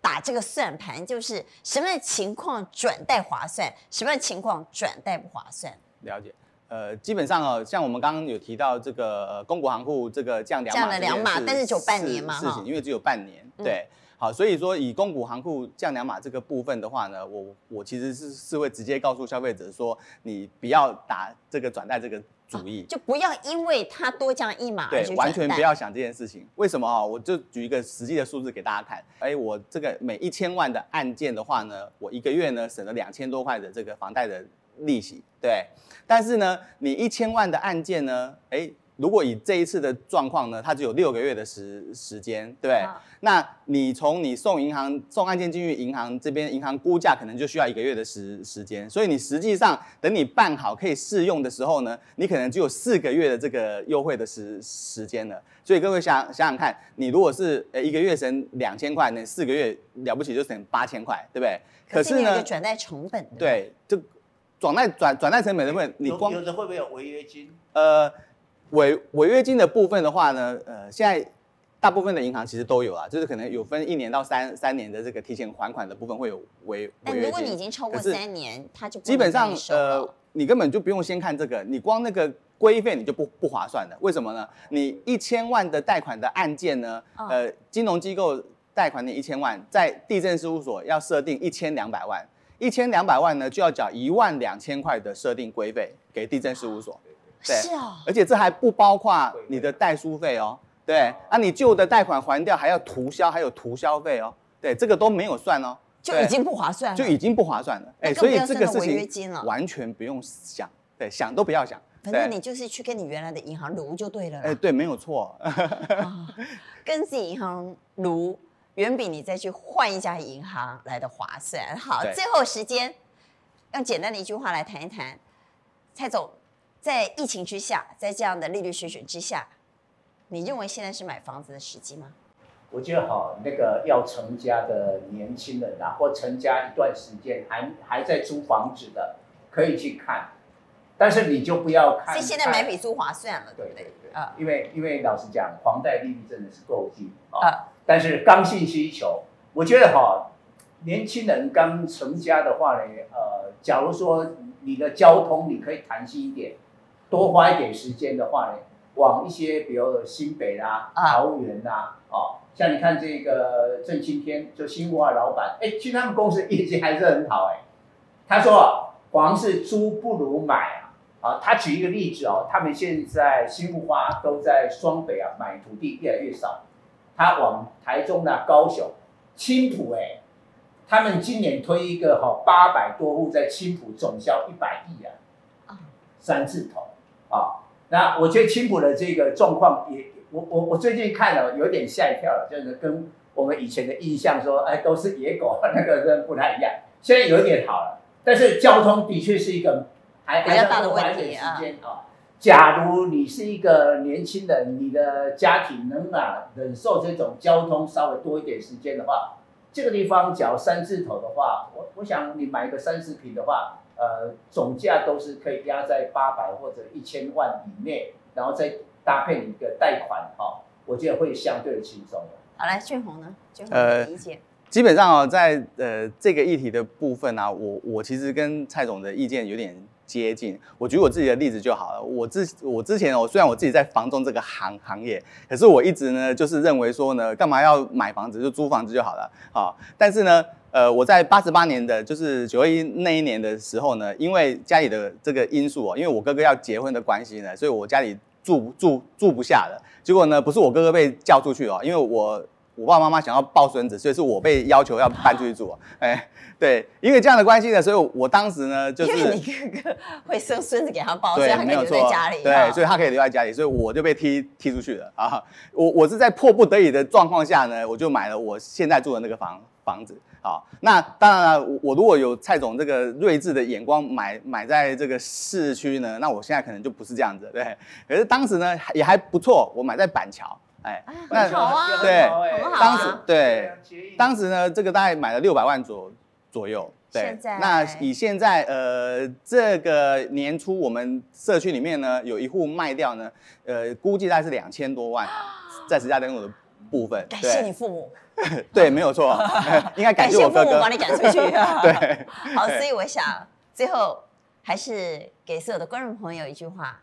Speaker 1: 打这个算盘？就是什么样的情况转贷划算，什么样的情况转贷不划算？
Speaker 2: 了解。呃，基本上哦，像我们刚刚有提到这个呃，公股行库这个降两码
Speaker 1: 降了
Speaker 2: 这件
Speaker 1: 两码
Speaker 2: 事
Speaker 1: 但是只有半年嘛
Speaker 2: 事
Speaker 1: 哈
Speaker 2: 情，因为只有半年，
Speaker 1: 嗯
Speaker 2: 对。好，所以说以公股行库降两码这个部分的话呢，我我其实是是会直接告诉消费者说，你不要打这个转贷这个主意。
Speaker 1: 就不要因为它多降一码而
Speaker 2: 对
Speaker 1: 去，
Speaker 2: 完
Speaker 1: 转
Speaker 2: 全
Speaker 1: 蛋
Speaker 2: 不要想这件事情。为什么啊？我就举一个实际的数字给大家看。哎，我这个每一千万的案件的话呢，我一个月呢省了两千多块的这个房贷的利息，对。但是呢，你一千万的案件呢，哎，如果以这一次的状况呢，它只有六个月的时时间，对。
Speaker 1: 啊
Speaker 2: 那你从你送银行送案件进去银行这边，银行估价可能就需要一个月的时时间，所以你实际上等你办好可以试用的时候呢，你可能只有四个月的这个优惠的时时间了。所以各位想想想看，你如果是呃一个月省两千块，那四个月了不起就省八千块，对不对？
Speaker 1: 可是
Speaker 2: 是
Speaker 1: 你有一
Speaker 2: 呢
Speaker 1: 个，转贷成本的，
Speaker 2: 对，就转贷转转贷成本的问，你
Speaker 3: 有
Speaker 2: 光
Speaker 3: 有的会不会有违约金？
Speaker 2: 呃，违违约金的部分的话呢，呃，现在大部分的银行其实都有啊，就是可能有分一年到三三年的这个提前还款的部分会有违违
Speaker 1: 但
Speaker 2: 约
Speaker 1: 哎
Speaker 2: 金。
Speaker 1: 如果你已经超过
Speaker 2: 可是
Speaker 1: 三年，它就不
Speaker 2: 基本
Speaker 1: 能让
Speaker 2: 上
Speaker 1: 你收了
Speaker 2: 呃，你根本就不用先看这个，你光那个规费你就不不划算的。为什么呢？你一千万的贷款的案件呢，
Speaker 1: 嗯
Speaker 2: 呃，金融机构贷款你一千万，在地震事务所要设定一千两百万，一千两百万呢就要缴一万两千块的设定规费给地震事务所。对
Speaker 1: 是哦，
Speaker 2: 而且这还不包括你的代书费哦。对，啊，你旧的贷款还掉，还要涂销，还有涂销费哦。对，这个都没有算哦，
Speaker 1: 就
Speaker 2: 对
Speaker 1: 已经不划算了，
Speaker 2: 就已经不划算了。
Speaker 1: 哎那
Speaker 2: 哎，
Speaker 1: 更
Speaker 2: 所
Speaker 1: 不
Speaker 2: 以
Speaker 1: 要
Speaker 2: 这
Speaker 1: 算
Speaker 2: 个
Speaker 1: 到
Speaker 2: 事
Speaker 1: 违约金
Speaker 2: 情
Speaker 1: 了
Speaker 2: 完全不用想，对，想都不要想。
Speaker 1: 反正
Speaker 2: 对，
Speaker 1: 你就是去跟你原来的银行撸就对了啦
Speaker 2: 哎，对，没有错。
Speaker 1: 啊，跟自己银行撸，远比你再去换一家银行来的划算。好，
Speaker 2: 对
Speaker 1: 最后时间用简单的一句话来谈一谈，蔡总，在疫情之下，在这样的利率水准之下，你认为现在是买房子的时机吗？
Speaker 3: 我觉得哈，那个要成家的年轻人啊，或成家一段时间还还在租房子的，可以去看，但是你就不要看。
Speaker 1: 所以现在买
Speaker 3: 看
Speaker 1: 比租划算了，对
Speaker 3: 对
Speaker 1: 不对？
Speaker 3: 对对
Speaker 1: 啊
Speaker 3: 因为因为老实讲，房贷利率真的是够低啊、
Speaker 1: 啊
Speaker 3: 但是刚性需求，我觉得哈、年轻人刚成家的话呢，呃，假如说你的交通你可以弹性一点，多花一点时间的话呢，往一些比如新北啦、
Speaker 1: 啊
Speaker 3: 桃园啦，哦，像你看这个郑青天，就新文化老板，哎，其实他们公司业绩还是很好哎、他说啊，房是租不如买啊。啊，他举一个例子哦，他们现在新木花都在双北啊买土地越来越少，他往台中啊、高雄、青浦哎、他们今年推一个哈八百多户在青浦总销一百亿啊，
Speaker 1: 啊
Speaker 3: 三字头啊，那我觉得青浦的这个状况也，我我我最近看了有点吓一跳了，就是跟我们以前的印象说，哎，都是野狗那个真的不太一样，现在有点好了，但是交通的确是一个还
Speaker 1: 比较大的
Speaker 3: 还
Speaker 1: 问
Speaker 3: 是要花一
Speaker 1: 题
Speaker 3: 点
Speaker 1: 啊
Speaker 3: 时间啊。假如你是一个年轻人，你的家庭能啊忍受这种交通稍微多一点时间的话，这个地方只要三字头的话，我我想你买一个三十平的话，呃，总价都是可以压在八百或者一千万以内，然后再搭配你的贷款哈、哦，我觉得会相对轻松的。
Speaker 1: 好，来俊宏呢？俊宏
Speaker 2: 呃
Speaker 1: 的意见，
Speaker 2: 基本上哦，在呃这个议题的部分呢、啊，我我其实跟蔡总的意见有点接近。我举我自己的例子就好了。我之我之前哦，虽然我自己在房仲这个行行业，可是我一直呢就是认为说呢，干嘛要买房子就租房子就好了啊、但是呢，呃，我在八十八年的就是九二一那一年的时候呢，因为家里的这个因素哦，因为我哥哥要结婚的关系呢，所以我家里住住住不下了。结果呢，不是我哥哥被叫出去哦，因为我我爸爸妈妈想要抱孙子，所以是我被要求要搬出去住哦。哎，对，因为这样的关系呢，所以我当时呢就
Speaker 1: 因
Speaker 2: 是
Speaker 1: 为你哥哥会生孙子给他抱，所以
Speaker 2: 对
Speaker 1: 他，可
Speaker 2: 没
Speaker 1: 以
Speaker 2: 有
Speaker 1: 留
Speaker 2: 错，
Speaker 1: 在家里。啊
Speaker 2: 对，
Speaker 1: 哈
Speaker 2: 所以他可以留在家里，所以我就被踢踢出去了啊！我我是在迫不得已的状况下呢，我就买了我现在住的那个房房子啊。那当然了，我我如果有蔡总这个睿智的眼光买买在这个市区呢，那我现在可能就不是这样子，对。可是当时呢还也还不错，我买在板桥，哎，
Speaker 1: 啊
Speaker 2: 那
Speaker 1: 很好啊，
Speaker 2: 对
Speaker 1: 很好啊
Speaker 2: 当时对
Speaker 3: 啊，结义
Speaker 2: 当时呢，这个大概买了六百万左左右。对
Speaker 1: 现在，
Speaker 2: 那以现在呃这个年初我们社区里面呢有一户卖掉呢，呃估计大概是两千多万，在十家登录的部分。
Speaker 1: 感谢你
Speaker 2: 对
Speaker 1: 父母，
Speaker 2: 对，没有错， 应该感
Speaker 1: 感
Speaker 2: 谢
Speaker 1: 谢
Speaker 2: 我
Speaker 1: 父
Speaker 2: 哥
Speaker 1: 母
Speaker 2: 哥
Speaker 1: 把。你赶出去。啊
Speaker 2: 对，
Speaker 1: 好，所以我想最后还是给所有的观众朋友一句话：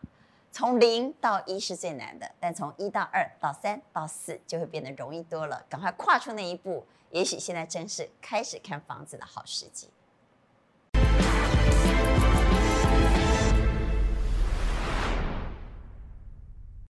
Speaker 1: 从零到一是最难的，但从一到二到三到四就会变得容易多了。赶快跨出那一步，也许现在正是开始看房子的好时机。